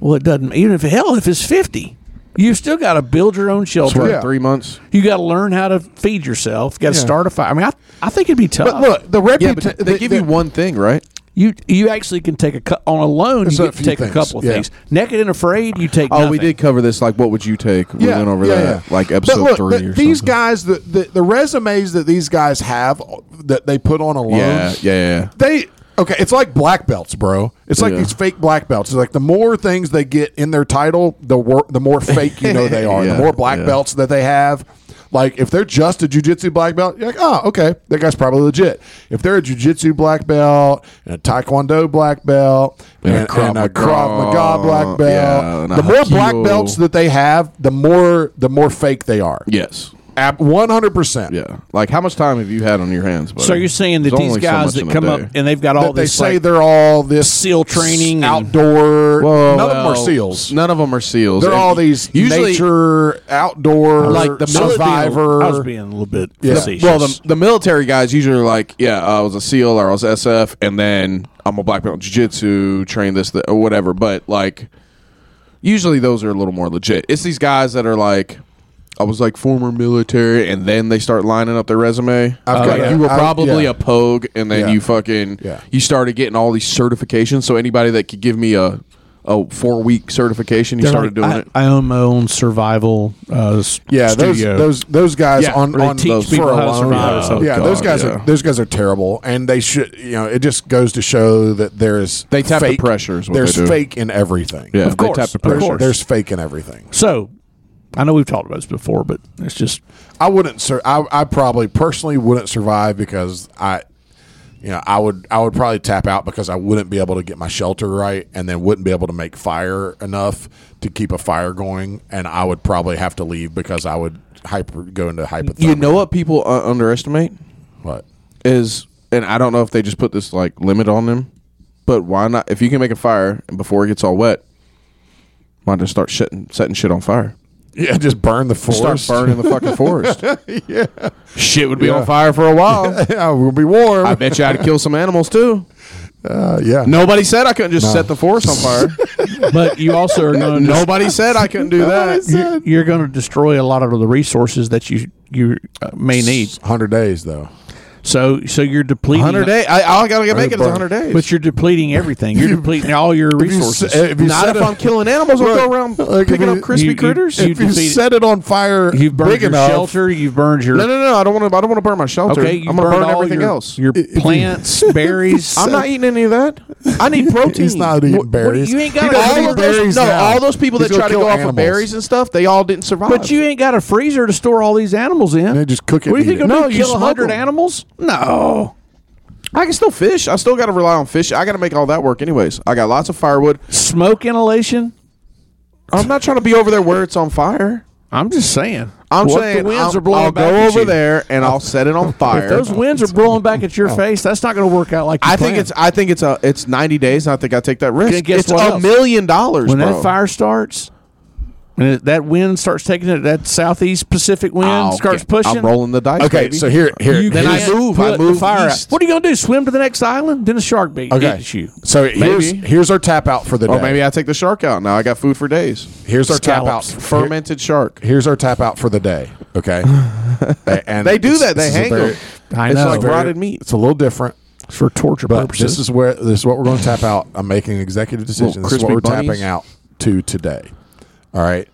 Speaker 3: Well, it doesn't. Even if hell, if it's fifty, you've still got to build your own
Speaker 2: It's what,
Speaker 3: shelter.
Speaker 1: Yeah.
Speaker 2: three months?
Speaker 3: You got to learn how to feed yourself. Got to
Speaker 1: Yeah.
Speaker 3: start a fire. I mean, I, I think it'd be tough.
Speaker 1: But look, the
Speaker 2: Yeah, but
Speaker 1: reputation.
Speaker 2: they give you one thing, right?
Speaker 3: you you actually can take a cu- on a loan.
Speaker 1: There's
Speaker 3: You
Speaker 1: a
Speaker 3: get to
Speaker 1: few
Speaker 3: take
Speaker 1: things,
Speaker 3: a couple of
Speaker 1: yeah.
Speaker 3: things. Naked and afraid, you take.
Speaker 2: Oh, we
Speaker 3: nothing.
Speaker 2: did cover this. Like, what would you take? We went over that, like
Speaker 1: But
Speaker 2: episode
Speaker 1: look,
Speaker 2: three
Speaker 1: the-
Speaker 2: or
Speaker 1: these
Speaker 2: something.
Speaker 1: guys, the, the the resumes that these guys have that they put on alone,
Speaker 2: Yeah, yeah, yeah.
Speaker 1: they okay. It's like black belts, bro. It's like
Speaker 2: Yeah.
Speaker 1: these fake black belts. It's like the more things they get in their title, the wor- the more fake you know
Speaker 2: [laughs]
Speaker 1: they are.
Speaker 2: Yeah,
Speaker 1: the more black
Speaker 2: yeah.
Speaker 1: belts that they have. Like if they're just a jujitsu black belt, you're like, oh, okay, that guy's probably legit. If they're a jujitsu black belt and a taekwondo black belt and,
Speaker 2: And a
Speaker 1: and
Speaker 2: Krav
Speaker 1: a Krav Maga
Speaker 2: Maga,
Speaker 1: black belt,
Speaker 2: yeah, and a
Speaker 1: the more
Speaker 2: Hapkido.
Speaker 1: black belts that they have, the more the more fake they are.
Speaker 2: Yes.
Speaker 1: Ab- 100%.
Speaker 2: Yeah. Like, how much time have you had on your hands? Buddy?
Speaker 3: So you're saying that
Speaker 2: There's
Speaker 3: these
Speaker 2: only so
Speaker 3: guys
Speaker 2: much in
Speaker 3: that
Speaker 2: a
Speaker 3: come
Speaker 2: day.
Speaker 3: up and they've got all
Speaker 1: That they
Speaker 3: this
Speaker 1: say
Speaker 3: like,
Speaker 1: they're all this
Speaker 3: SEAL training and-
Speaker 1: outdoor.
Speaker 2: Well,
Speaker 1: none of them are
Speaker 2: Oh, well,
Speaker 1: seals.
Speaker 2: None of them are seals.
Speaker 1: They're
Speaker 2: And
Speaker 1: all these
Speaker 2: usually,
Speaker 1: nature outdoor
Speaker 2: Like the middle-
Speaker 1: survivor.
Speaker 3: I was being a little bit
Speaker 1: Yeah.
Speaker 3: facetious.
Speaker 2: Well, the, the military guys usually are like, yeah, I was a SEAL or I was SF, and then I'm a black belt in jiu-jitsu, train this, that, or whatever. But, like, usually those are a little more legit. It's these guys that are like, I was like former military, and then they start lining up their resume.
Speaker 1: I've
Speaker 2: Like,
Speaker 1: got-
Speaker 2: you were
Speaker 1: I-
Speaker 2: probably
Speaker 1: yeah.
Speaker 2: a pogue, and then
Speaker 1: Yeah.
Speaker 2: you fucking
Speaker 1: Yeah.
Speaker 2: you started getting all these certifications. So anybody that could give me a a four week certification, you
Speaker 3: They're
Speaker 2: started
Speaker 3: like,
Speaker 2: doing
Speaker 3: I,
Speaker 2: it.
Speaker 3: I own my own survival. Uh, s-
Speaker 1: yeah, those,
Speaker 3: studio.
Speaker 1: those those guys
Speaker 2: Yeah,
Speaker 1: on,
Speaker 3: where they
Speaker 1: on
Speaker 3: teach
Speaker 1: those
Speaker 3: people
Speaker 1: for
Speaker 3: how to
Speaker 1: alone,
Speaker 3: survive Oh, or
Speaker 1: yeah.
Speaker 3: something.
Speaker 1: Yeah,
Speaker 2: God,
Speaker 1: those guys
Speaker 2: yeah.
Speaker 1: are those guys are terrible, and they should. You know, it just goes to show that there's
Speaker 2: They tap the
Speaker 1: fake-
Speaker 2: pressure is what
Speaker 1: there's
Speaker 2: they do.
Speaker 1: fake in everything.
Speaker 2: Yeah,
Speaker 3: Of course,
Speaker 2: they tap the
Speaker 3: of course.
Speaker 2: pressure.
Speaker 1: there's, there's fake in everything.
Speaker 3: So, I know we've talked about this before, but it's just
Speaker 1: I wouldn't. Sur- I, I probably personally wouldn't survive because I, you know, I would. I would probably tap out because I wouldn't be able to get my shelter right, and then wouldn't be able to make fire enough to keep a fire going, and I would probably have to leave because I would hyper go into hypothermia.
Speaker 2: You know what people uh, underestimate?
Speaker 1: what?
Speaker 2: is, and I don't know if they just put this like limit on them, but why not? If you can make a fire and before it gets all wet, why not just start shitting, setting shit on fire?
Speaker 1: Yeah, just burn the forest.
Speaker 2: Start burning the fucking
Speaker 3: [laughs]
Speaker 2: forest.
Speaker 1: yeah,
Speaker 2: shit would be
Speaker 1: Yeah.
Speaker 2: on fire for a while.
Speaker 1: [laughs] yeah, we'll be warm.
Speaker 2: I bet you I'd kill some animals too.
Speaker 1: Uh, yeah,
Speaker 2: Nobody said I couldn't just set the forest on
Speaker 1: [laughs]
Speaker 2: fire.
Speaker 3: but you also are [laughs] going to
Speaker 2: Nobody said I couldn't do that.
Speaker 3: you're, going to destroy a lot of the resources that you you uh, may need.
Speaker 1: hundred days though.
Speaker 3: So so you're depleting.
Speaker 2: 100 days. I, all I gotta make it is 100 days.
Speaker 3: But you're depleting everything. You're depleting all your
Speaker 1: you s-
Speaker 3: resources.
Speaker 1: if you
Speaker 2: not
Speaker 1: set
Speaker 2: if
Speaker 1: a-
Speaker 2: I'm killing animals. I'll
Speaker 1: Look,
Speaker 2: go around
Speaker 1: like,
Speaker 2: picking
Speaker 1: if
Speaker 2: up
Speaker 1: you-
Speaker 2: crispy
Speaker 3: you-
Speaker 2: critters.
Speaker 1: if you
Speaker 3: defeated-
Speaker 1: set it on fire,
Speaker 3: [laughs] You've burned
Speaker 1: big
Speaker 3: your
Speaker 1: enough,
Speaker 3: shelter. You've burned your
Speaker 2: no, no, no. I don't want to. I don't want to burn my shelter.
Speaker 3: okay. You
Speaker 2: I'm gonna burn
Speaker 3: all
Speaker 2: everything
Speaker 3: your,
Speaker 2: else.
Speaker 3: Your
Speaker 1: If you-
Speaker 3: [laughs] plants, berries.
Speaker 2: I'm not eating any of that. I
Speaker 3: [laughs]
Speaker 2: need protein.
Speaker 1: He's not eating
Speaker 2: What- what do you-
Speaker 1: berries.
Speaker 3: you ain't
Speaker 1: He
Speaker 3: gotta-
Speaker 1: doesn't
Speaker 2: all
Speaker 1: eat
Speaker 2: of those,
Speaker 1: berries
Speaker 2: no,
Speaker 1: now.
Speaker 2: all those people
Speaker 1: He's
Speaker 2: that
Speaker 1: gonna
Speaker 2: try to
Speaker 1: kill
Speaker 2: go off of
Speaker 1: animals.
Speaker 2: berries and stuff, they all didn't survive.
Speaker 3: But you ain't got a freezer to store all these animals in.
Speaker 1: They just cook it
Speaker 3: What do
Speaker 1: and
Speaker 3: you
Speaker 1: eat
Speaker 3: think?
Speaker 1: it.
Speaker 3: I'm
Speaker 2: No,
Speaker 3: gonna
Speaker 2: you
Speaker 3: kill
Speaker 2: smoke
Speaker 3: hundred
Speaker 2: 'em.
Speaker 3: animals? No.
Speaker 2: I can still fish. I still got to rely on fish. I got to make all that work anyways. I got lots of firewood.
Speaker 3: Smoke inhalation.
Speaker 2: I'm not trying to be over there where it's on fire.
Speaker 3: I'm just saying.
Speaker 2: I'm
Speaker 3: What
Speaker 2: saying
Speaker 3: the winds
Speaker 2: I'll,
Speaker 3: are blowing
Speaker 2: I'll
Speaker 3: back
Speaker 2: go
Speaker 3: at
Speaker 2: over
Speaker 3: you.
Speaker 2: there and I'll set
Speaker 3: [laughs]
Speaker 2: it on fire.
Speaker 3: If those winds are blowing back at your face, that's not going to work out like you
Speaker 2: I think
Speaker 3: planned.
Speaker 2: it's I think it's a it's 90 days. And I think I take that risk.
Speaker 3: Guess
Speaker 2: it's
Speaker 3: what
Speaker 2: a
Speaker 3: else?
Speaker 2: million dollars,
Speaker 3: when
Speaker 2: bro.
Speaker 3: that fire starts. And it- that wind starts taking it. That southeast Pacific wind
Speaker 2: I'll
Speaker 3: starts
Speaker 2: get-
Speaker 3: pushing.
Speaker 2: I'm rolling the dice.
Speaker 1: Okay,
Speaker 2: baby.
Speaker 1: so here, here,
Speaker 3: You
Speaker 1: here's-
Speaker 3: then I move. I move fire.
Speaker 2: east.
Speaker 3: Out. What are you going to do? Swim to the next island? Then a shark bait
Speaker 1: okay.
Speaker 3: gets you.
Speaker 1: So here's here's our tap out for the day.
Speaker 2: Or Oh, maybe I take the shark out now. I got food for days.
Speaker 1: here's our tap out.
Speaker 3: Scallops.
Speaker 1: here-
Speaker 2: Fermented shark.
Speaker 1: here's our tap out for the day.
Speaker 2: [laughs]
Speaker 1: Okay, A- and
Speaker 2: They do
Speaker 1: it's-
Speaker 2: that. They
Speaker 1: this is a
Speaker 2: hang
Speaker 1: very-
Speaker 2: them.
Speaker 3: I
Speaker 2: It's
Speaker 3: know.
Speaker 2: like
Speaker 1: very-
Speaker 2: rotted meat.
Speaker 1: It's a little different,
Speaker 3: It's for torture
Speaker 1: but
Speaker 3: purposes.
Speaker 1: this is where this is what we're going to tap out. I'm making an executive decision. This is what
Speaker 2: crispy
Speaker 1: we're
Speaker 2: bunnies.
Speaker 1: tapping out to today. All right,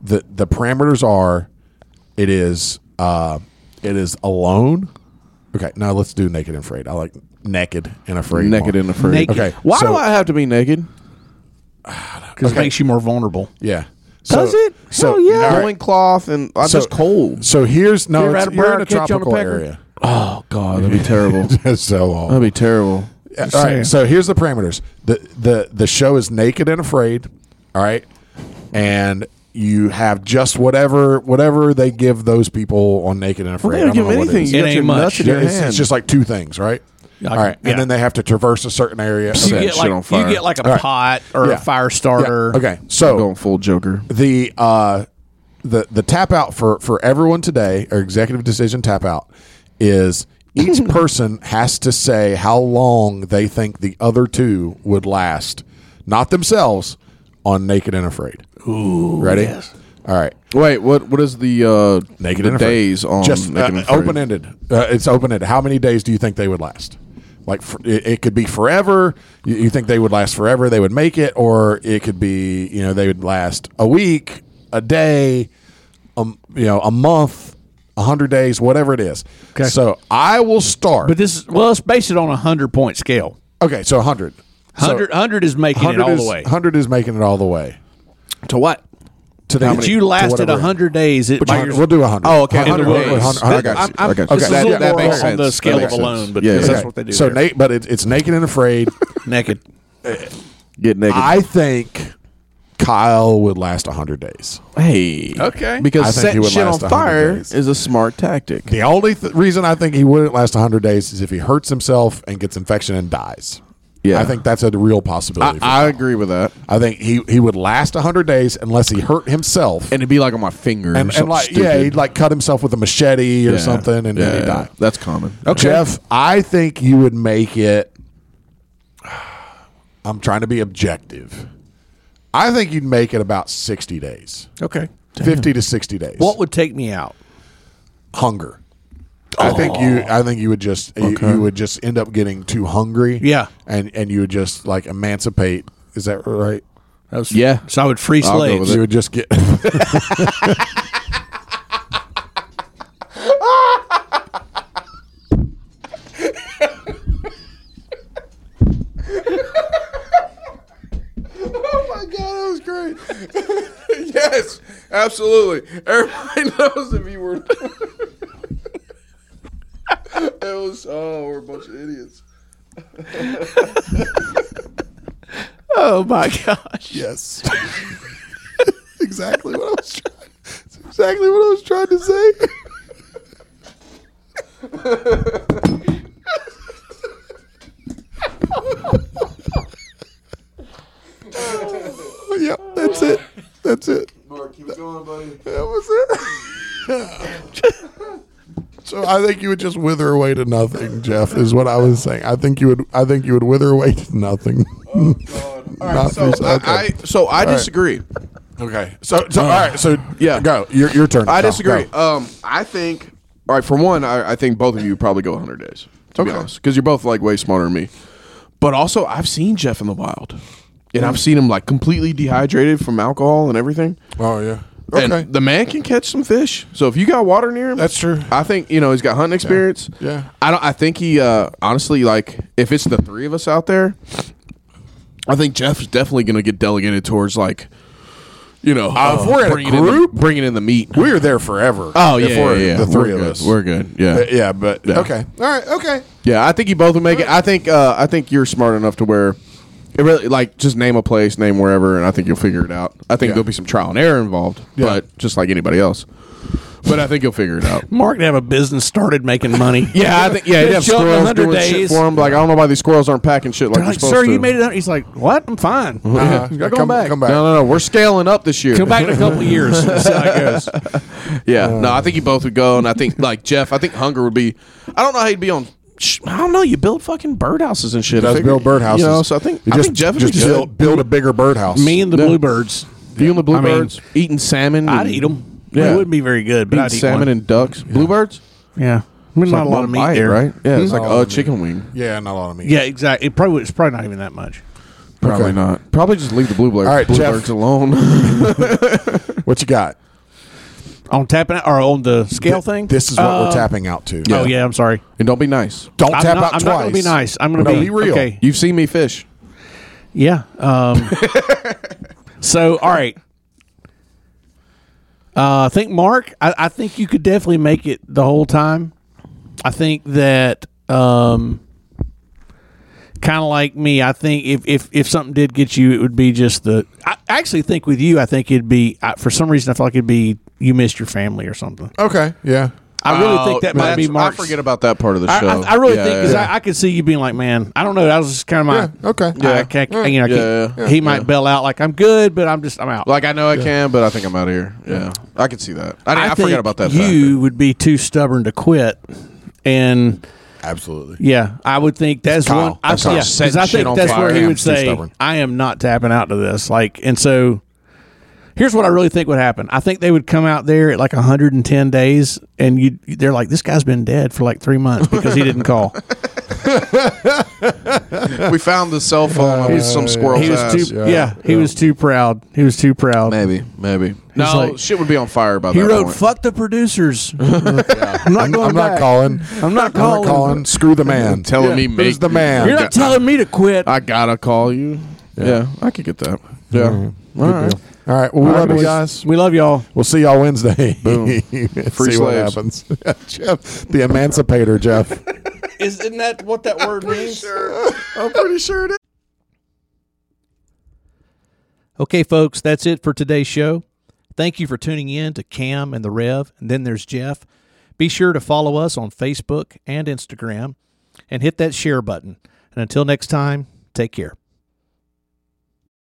Speaker 1: the the parameters are, it is uh, it is alone. Okay, now let's do naked and afraid. I like naked and afraid.
Speaker 2: Naked
Speaker 1: more.
Speaker 2: in the fridge.
Speaker 3: Naked.
Speaker 1: Okay,
Speaker 2: Why
Speaker 1: so-
Speaker 2: do I have to be naked?
Speaker 3: because it makes you more vulnerable.
Speaker 1: Yeah.
Speaker 3: Does it? Hell yeah.
Speaker 1: all right.
Speaker 2: Loincloth and I'm
Speaker 1: So-
Speaker 2: just cold.
Speaker 1: So here's no.
Speaker 3: You ever
Speaker 1: it's-
Speaker 3: had a
Speaker 1: you're
Speaker 3: bird
Speaker 1: in a
Speaker 3: catch you on a
Speaker 1: tropical
Speaker 3: pecker?
Speaker 1: area. [laughs]
Speaker 2: Oh god, that'd be terrible.
Speaker 1: That's so long.
Speaker 2: [laughs] that'd be terrible.
Speaker 1: Yeah, all
Speaker 3: saying.
Speaker 1: right. So here's the parameters. the the The show is naked and afraid. All right, and you have just whatever whatever they give those people on naked and afraid.
Speaker 2: They don't
Speaker 1: I don't
Speaker 2: give
Speaker 1: know what
Speaker 2: anything.
Speaker 1: it is.
Speaker 2: You
Speaker 3: It
Speaker 2: got
Speaker 3: ain't
Speaker 2: your
Speaker 3: much.
Speaker 2: nuts in
Speaker 1: Yeah,
Speaker 2: your
Speaker 1: it's,
Speaker 2: hand.
Speaker 1: it's just like two things, right?
Speaker 3: Yeah, I
Speaker 1: all
Speaker 3: can-
Speaker 1: right,
Speaker 3: yeah.
Speaker 1: and then they have to traverse a certain area. of
Speaker 3: [laughs] You
Speaker 1: that shit.
Speaker 3: get,
Speaker 2: shit on
Speaker 3: like, you
Speaker 2: fire.
Speaker 3: get like a
Speaker 1: All right.
Speaker 3: pot or
Speaker 1: Yeah.
Speaker 3: a fire
Speaker 1: Yeah,
Speaker 3: starter.
Speaker 1: Okay, so
Speaker 2: going full Joker.
Speaker 1: the uh the the tap out for for everyone today or executive decision tap out is each person has to say how long they think the other two would last not themselves on naked and afraid ooh ready all right
Speaker 2: Wait, what? What is the uh,
Speaker 1: naked
Speaker 2: the
Speaker 1: and afraid.
Speaker 2: days on
Speaker 1: just
Speaker 2: Naked and Afraid?
Speaker 1: open ended uh, it's open ended how many days do you think they would last like for, it, it could be forever you, you think they would last forever they would make it or it could be you know they would last a week a day um, you know a month a hundred days whatever it is okay so i will start
Speaker 3: But this is, well, let's base it on a 100 point scale.
Speaker 1: okay so 100 So
Speaker 3: 100, 100 is making it
Speaker 1: 100
Speaker 3: all
Speaker 1: is,
Speaker 3: the way.
Speaker 1: 100 is making it all the way
Speaker 2: To what?
Speaker 1: to the
Speaker 3: But you lasted
Speaker 1: whatever.
Speaker 3: 100 days. It, by your-
Speaker 1: we'll do 100
Speaker 2: Oh, okay.
Speaker 1: 100
Speaker 2: In the wilderness.
Speaker 1: 100, 100
Speaker 2: I got
Speaker 1: days.
Speaker 2: you. I got you.
Speaker 3: This is
Speaker 2: Okay.
Speaker 3: a
Speaker 2: That-
Speaker 3: little
Speaker 2: that
Speaker 3: more
Speaker 2: makes
Speaker 3: on
Speaker 2: sense.
Speaker 3: the
Speaker 2: That
Speaker 3: scale
Speaker 2: makes
Speaker 3: of alone,
Speaker 2: sense.
Speaker 3: but
Speaker 2: Yeah,
Speaker 3: because
Speaker 2: yeah.
Speaker 3: that's what they do.
Speaker 1: so
Speaker 3: there.
Speaker 1: Nate, but it, it's naked and
Speaker 3: [laughs]
Speaker 1: afraid.
Speaker 3: naked.
Speaker 2: Get naked.
Speaker 1: I think Kyle would last 100 days.
Speaker 2: hey.
Speaker 3: Okay.
Speaker 1: I
Speaker 2: Because
Speaker 1: think he
Speaker 2: setting
Speaker 1: would
Speaker 2: shit on
Speaker 1: last 100
Speaker 2: fire
Speaker 1: days.
Speaker 2: is a smart tactic.
Speaker 1: The only th- reason I think he wouldn't last 100 days is if he hurts himself and gets infection and dies.
Speaker 2: Yeah.
Speaker 1: I think that's a real
Speaker 2: I,
Speaker 1: possibility. for
Speaker 2: I
Speaker 1: Kyle.
Speaker 2: agree with that.
Speaker 1: I think he, he would last 100 days unless he hurt himself.
Speaker 2: And it'd be like on my finger. or
Speaker 1: and, and
Speaker 2: something
Speaker 1: like,
Speaker 2: stupid.
Speaker 1: yeah, he'd like cut himself with a machete or
Speaker 2: Yeah.
Speaker 1: something and then
Speaker 2: Yeah,
Speaker 1: he'd die.
Speaker 2: That's common.
Speaker 1: Jeff, I think you would make it. I'm trying to be objective. I think you'd make it about 60 days,
Speaker 3: Okay.
Speaker 1: 50 to 60 days.
Speaker 3: What would take me out?
Speaker 1: hunger. I think you. I think you would just. you- You, would just end up getting too hungry.
Speaker 3: Yeah.
Speaker 1: and and you would just like emancipate. Is that right?
Speaker 3: That was-
Speaker 2: Yeah.
Speaker 3: So I would free
Speaker 2: I'll go
Speaker 3: slaves.
Speaker 2: with it.
Speaker 1: You would just get. [laughs]
Speaker 2: Oh my god, that was great. [laughs] yes, absolutely. Everybody [laughs] knows if you were. [laughs] it was oh, we're a bunch of idiots.
Speaker 3: Oh my gosh.
Speaker 1: yes. [laughs] exactly what I was trying. That's exactly what I was trying to say. [laughs] yep, that's it. That's it.
Speaker 2: Mark, keep going, buddy.
Speaker 1: That was it. [laughs] so I think you would just wither away to nothing, Jeff, is what I was saying. I think you would I think you would wither away to nothing.
Speaker 2: God.
Speaker 1: Not
Speaker 2: so
Speaker 1: for-
Speaker 2: I,
Speaker 1: okay.
Speaker 2: I so I disagree.
Speaker 1: Okay. So, so all right, so
Speaker 2: Yeah.
Speaker 1: go. Your your turn.
Speaker 2: I
Speaker 1: Kyle,
Speaker 2: disagree.
Speaker 1: go.
Speaker 2: Um, I think All right, for one, I, I think both of you probably go 100 days. To be
Speaker 1: Okay.
Speaker 2: honest, because you're both like way smarter than me. But also, I've seen Jeff in the wild, and I've seen him like completely dehydrated from alcohol and everything.
Speaker 1: Oh yeah.
Speaker 2: And
Speaker 1: Okay.
Speaker 2: the man can catch some fish. So if you got water near him,
Speaker 1: That's true.
Speaker 2: I think you know he's got hunting experience.
Speaker 1: Yeah.
Speaker 2: I don't. I think he uh, honestly like if it's the three of us out there, I think Jeff's definitely going to get delegated towards like, you know,
Speaker 1: Uh, if we're in a
Speaker 2: bringing in the-
Speaker 1: group-
Speaker 2: bringing in the meat.
Speaker 1: we are there forever.
Speaker 2: Oh,
Speaker 1: if we're The 3
Speaker 2: We're
Speaker 1: of
Speaker 2: good.
Speaker 1: us.
Speaker 2: We're good. Yeah.
Speaker 1: Uh, yeah, but
Speaker 2: Yeah.
Speaker 1: okay. All right. Okay.
Speaker 2: Yeah, I think you both would make it. I think uh, I think you're smart enough to where it really like just name a place, name wherever, and I think you'll figure it out. I think
Speaker 1: Yeah.
Speaker 2: there'll be some trial and error involved,
Speaker 1: Yeah.
Speaker 2: but just like anybody else. But I think you'll figure it
Speaker 3: [laughs]
Speaker 2: out.
Speaker 3: Mark to have a business started making money.
Speaker 2: [laughs] Yeah, I think yeah,
Speaker 3: They
Speaker 2: they have
Speaker 3: show up in
Speaker 2: squirrels
Speaker 3: 100
Speaker 2: doing shit
Speaker 3: days.
Speaker 2: for them. Like I don't know why these squirrels aren't packing shit like
Speaker 3: They're
Speaker 2: they're
Speaker 3: like,
Speaker 2: supposed
Speaker 3: sir,
Speaker 2: to.
Speaker 3: you made it. Up. He's like, what? I'm fine.
Speaker 1: Uh-huh.
Speaker 3: Go
Speaker 1: Come-
Speaker 3: back.
Speaker 1: Come
Speaker 2: No,
Speaker 1: back.
Speaker 2: no, no. We're scaling up this year.
Speaker 3: Come back in a couple Oh. of years. and See how it goes.
Speaker 2: [laughs] Yeah, no, I think you both would go, and I think like Jeff, I think hunger would be. I don't know how he'd be on. sh- I don't know. You build fucking birdhouses and shit. I
Speaker 1: Does
Speaker 2: figure-
Speaker 1: build birdhouses.
Speaker 2: You know, so I think
Speaker 1: You
Speaker 2: I
Speaker 1: just,
Speaker 2: think Jeff would
Speaker 1: just
Speaker 2: be good.
Speaker 1: build, build a bigger birdhouse.
Speaker 3: Me and the
Speaker 2: Yeah.
Speaker 3: bluebirds.
Speaker 2: You and the
Speaker 3: I mean,
Speaker 2: bluebirds eating salmon.
Speaker 3: I'd
Speaker 2: and-
Speaker 3: eat them.
Speaker 2: Yeah.
Speaker 3: They wouldn't be very good, but
Speaker 2: Eating
Speaker 3: I'd eat
Speaker 2: salmon
Speaker 3: one.
Speaker 2: and ducks. Bluebirds.
Speaker 3: yeah, I mean,
Speaker 2: It's
Speaker 3: not
Speaker 2: like
Speaker 3: a lot
Speaker 2: one
Speaker 3: of meat
Speaker 2: bite,
Speaker 3: there,
Speaker 2: right? Yeah, it's like
Speaker 1: Oh,
Speaker 2: a chicken wing.
Speaker 1: Yeah, not a lot of meat.
Speaker 3: Yeah, exactly. It probably it's probably not even that much.
Speaker 2: Probably not. Probably just leave the bluebirds,
Speaker 1: All right, Jeff.
Speaker 2: bluebirds alone. [laughs]
Speaker 1: What you got?
Speaker 3: On tapping out, or on the scale
Speaker 1: Th-
Speaker 3: thing.
Speaker 1: This is what we're
Speaker 3: Uh,
Speaker 1: tapping out to.
Speaker 3: Oh yeah, I'm sorry.
Speaker 2: and don't be nice.
Speaker 1: Don't
Speaker 3: I'm
Speaker 1: tap
Speaker 3: not,
Speaker 1: out
Speaker 3: I'm
Speaker 1: twice.
Speaker 3: not gonna be nice. I'm gonna
Speaker 1: No,
Speaker 3: be,
Speaker 1: be real.
Speaker 3: Okay.
Speaker 2: You've seen me fish.
Speaker 3: Yeah.
Speaker 1: [laughs]
Speaker 3: Um, so, all right. Uh, I think Mark. I, I think you could definitely make it the whole time. I think that um, kind of like me. I think if, if if something did get you, it would be just the. I actually think with you, I think it'd be I, for some reason. I feel like it'd be you missed your family or something.
Speaker 1: Okay. Yeah.
Speaker 3: I really
Speaker 2: Oh,
Speaker 3: think that might be
Speaker 2: that's-
Speaker 3: Mark's.
Speaker 2: I forget about that part of the
Speaker 3: I,
Speaker 2: show.
Speaker 3: I, I really
Speaker 2: Yeah,
Speaker 3: think because
Speaker 2: yeah.
Speaker 3: I, I could see you being like, man, I don't know. That was just kind of my
Speaker 1: Yeah. Okay.
Speaker 2: Yeah.
Speaker 3: I can't, you know, I
Speaker 2: Yeah,
Speaker 3: can't-
Speaker 2: yeah,
Speaker 3: he
Speaker 2: yeah.
Speaker 3: might bail out like I'm good, but I'm just I'm out.
Speaker 2: Like I know I can, but I think I'm out of here. Yeah, I can see that. I, I,
Speaker 3: think
Speaker 2: forgot about that.
Speaker 3: You would be too stubborn to quit, and
Speaker 1: Absolutely.
Speaker 3: yeah, I would think that's
Speaker 1: Kyle.
Speaker 3: one. I,
Speaker 1: That's
Speaker 3: yeah,
Speaker 1: Kyle.
Speaker 3: 'cause
Speaker 2: Setting
Speaker 3: I
Speaker 2: shit on
Speaker 3: think that's
Speaker 2: fire.
Speaker 3: where he
Speaker 2: Damn,
Speaker 1: too
Speaker 3: would say,
Speaker 1: stubborn.
Speaker 3: "I am not tapping out to this." Like, and so here's what I really think would happen. I think they would come out there at like 110 days, and you they're like, "This guy's been dead for like three months because he didn't
Speaker 2: [laughs]
Speaker 3: call."
Speaker 2: fact. we found the cell phone on some squirrel's
Speaker 3: Uh, he was
Speaker 2: ass.
Speaker 3: too,
Speaker 1: yeah,
Speaker 3: yeah, he was too proud. He was too proud.
Speaker 2: Maybe, maybe. No,
Speaker 3: like-
Speaker 2: shit would be on fire by
Speaker 3: He
Speaker 2: that
Speaker 3: wrote,
Speaker 2: point.
Speaker 3: "Fuck the producers. I'm not going
Speaker 1: I'm
Speaker 3: back.
Speaker 1: not calling.
Speaker 3: I'm not
Speaker 1: I'm not
Speaker 3: calling.
Speaker 1: calling. Screw the man.
Speaker 2: telling me
Speaker 1: Who's
Speaker 2: make-
Speaker 1: the man.
Speaker 3: You're not telling me to quit.
Speaker 2: I gotta call you. Yeah, I could get that. Yeah. All right.
Speaker 1: All right. Well, we
Speaker 2: All right,
Speaker 1: love you
Speaker 2: boys.
Speaker 1: guys.
Speaker 3: we love y'all.
Speaker 1: We'll see y'all Wednesday. Boom.
Speaker 2: Free
Speaker 1: [laughs] see what
Speaker 2: slaves.
Speaker 1: happens. [laughs] Jeff, the emancipator, Jeff.
Speaker 3: Isn't that what that word means?
Speaker 1: I'm pretty sure it is.
Speaker 4: Okay, folks, that's it for today's show. Thank you for tuning in to Cam and the Rev, and then there's Jeff. Be sure to follow us on Facebook and Instagram and hit that share button. And until next time, take care.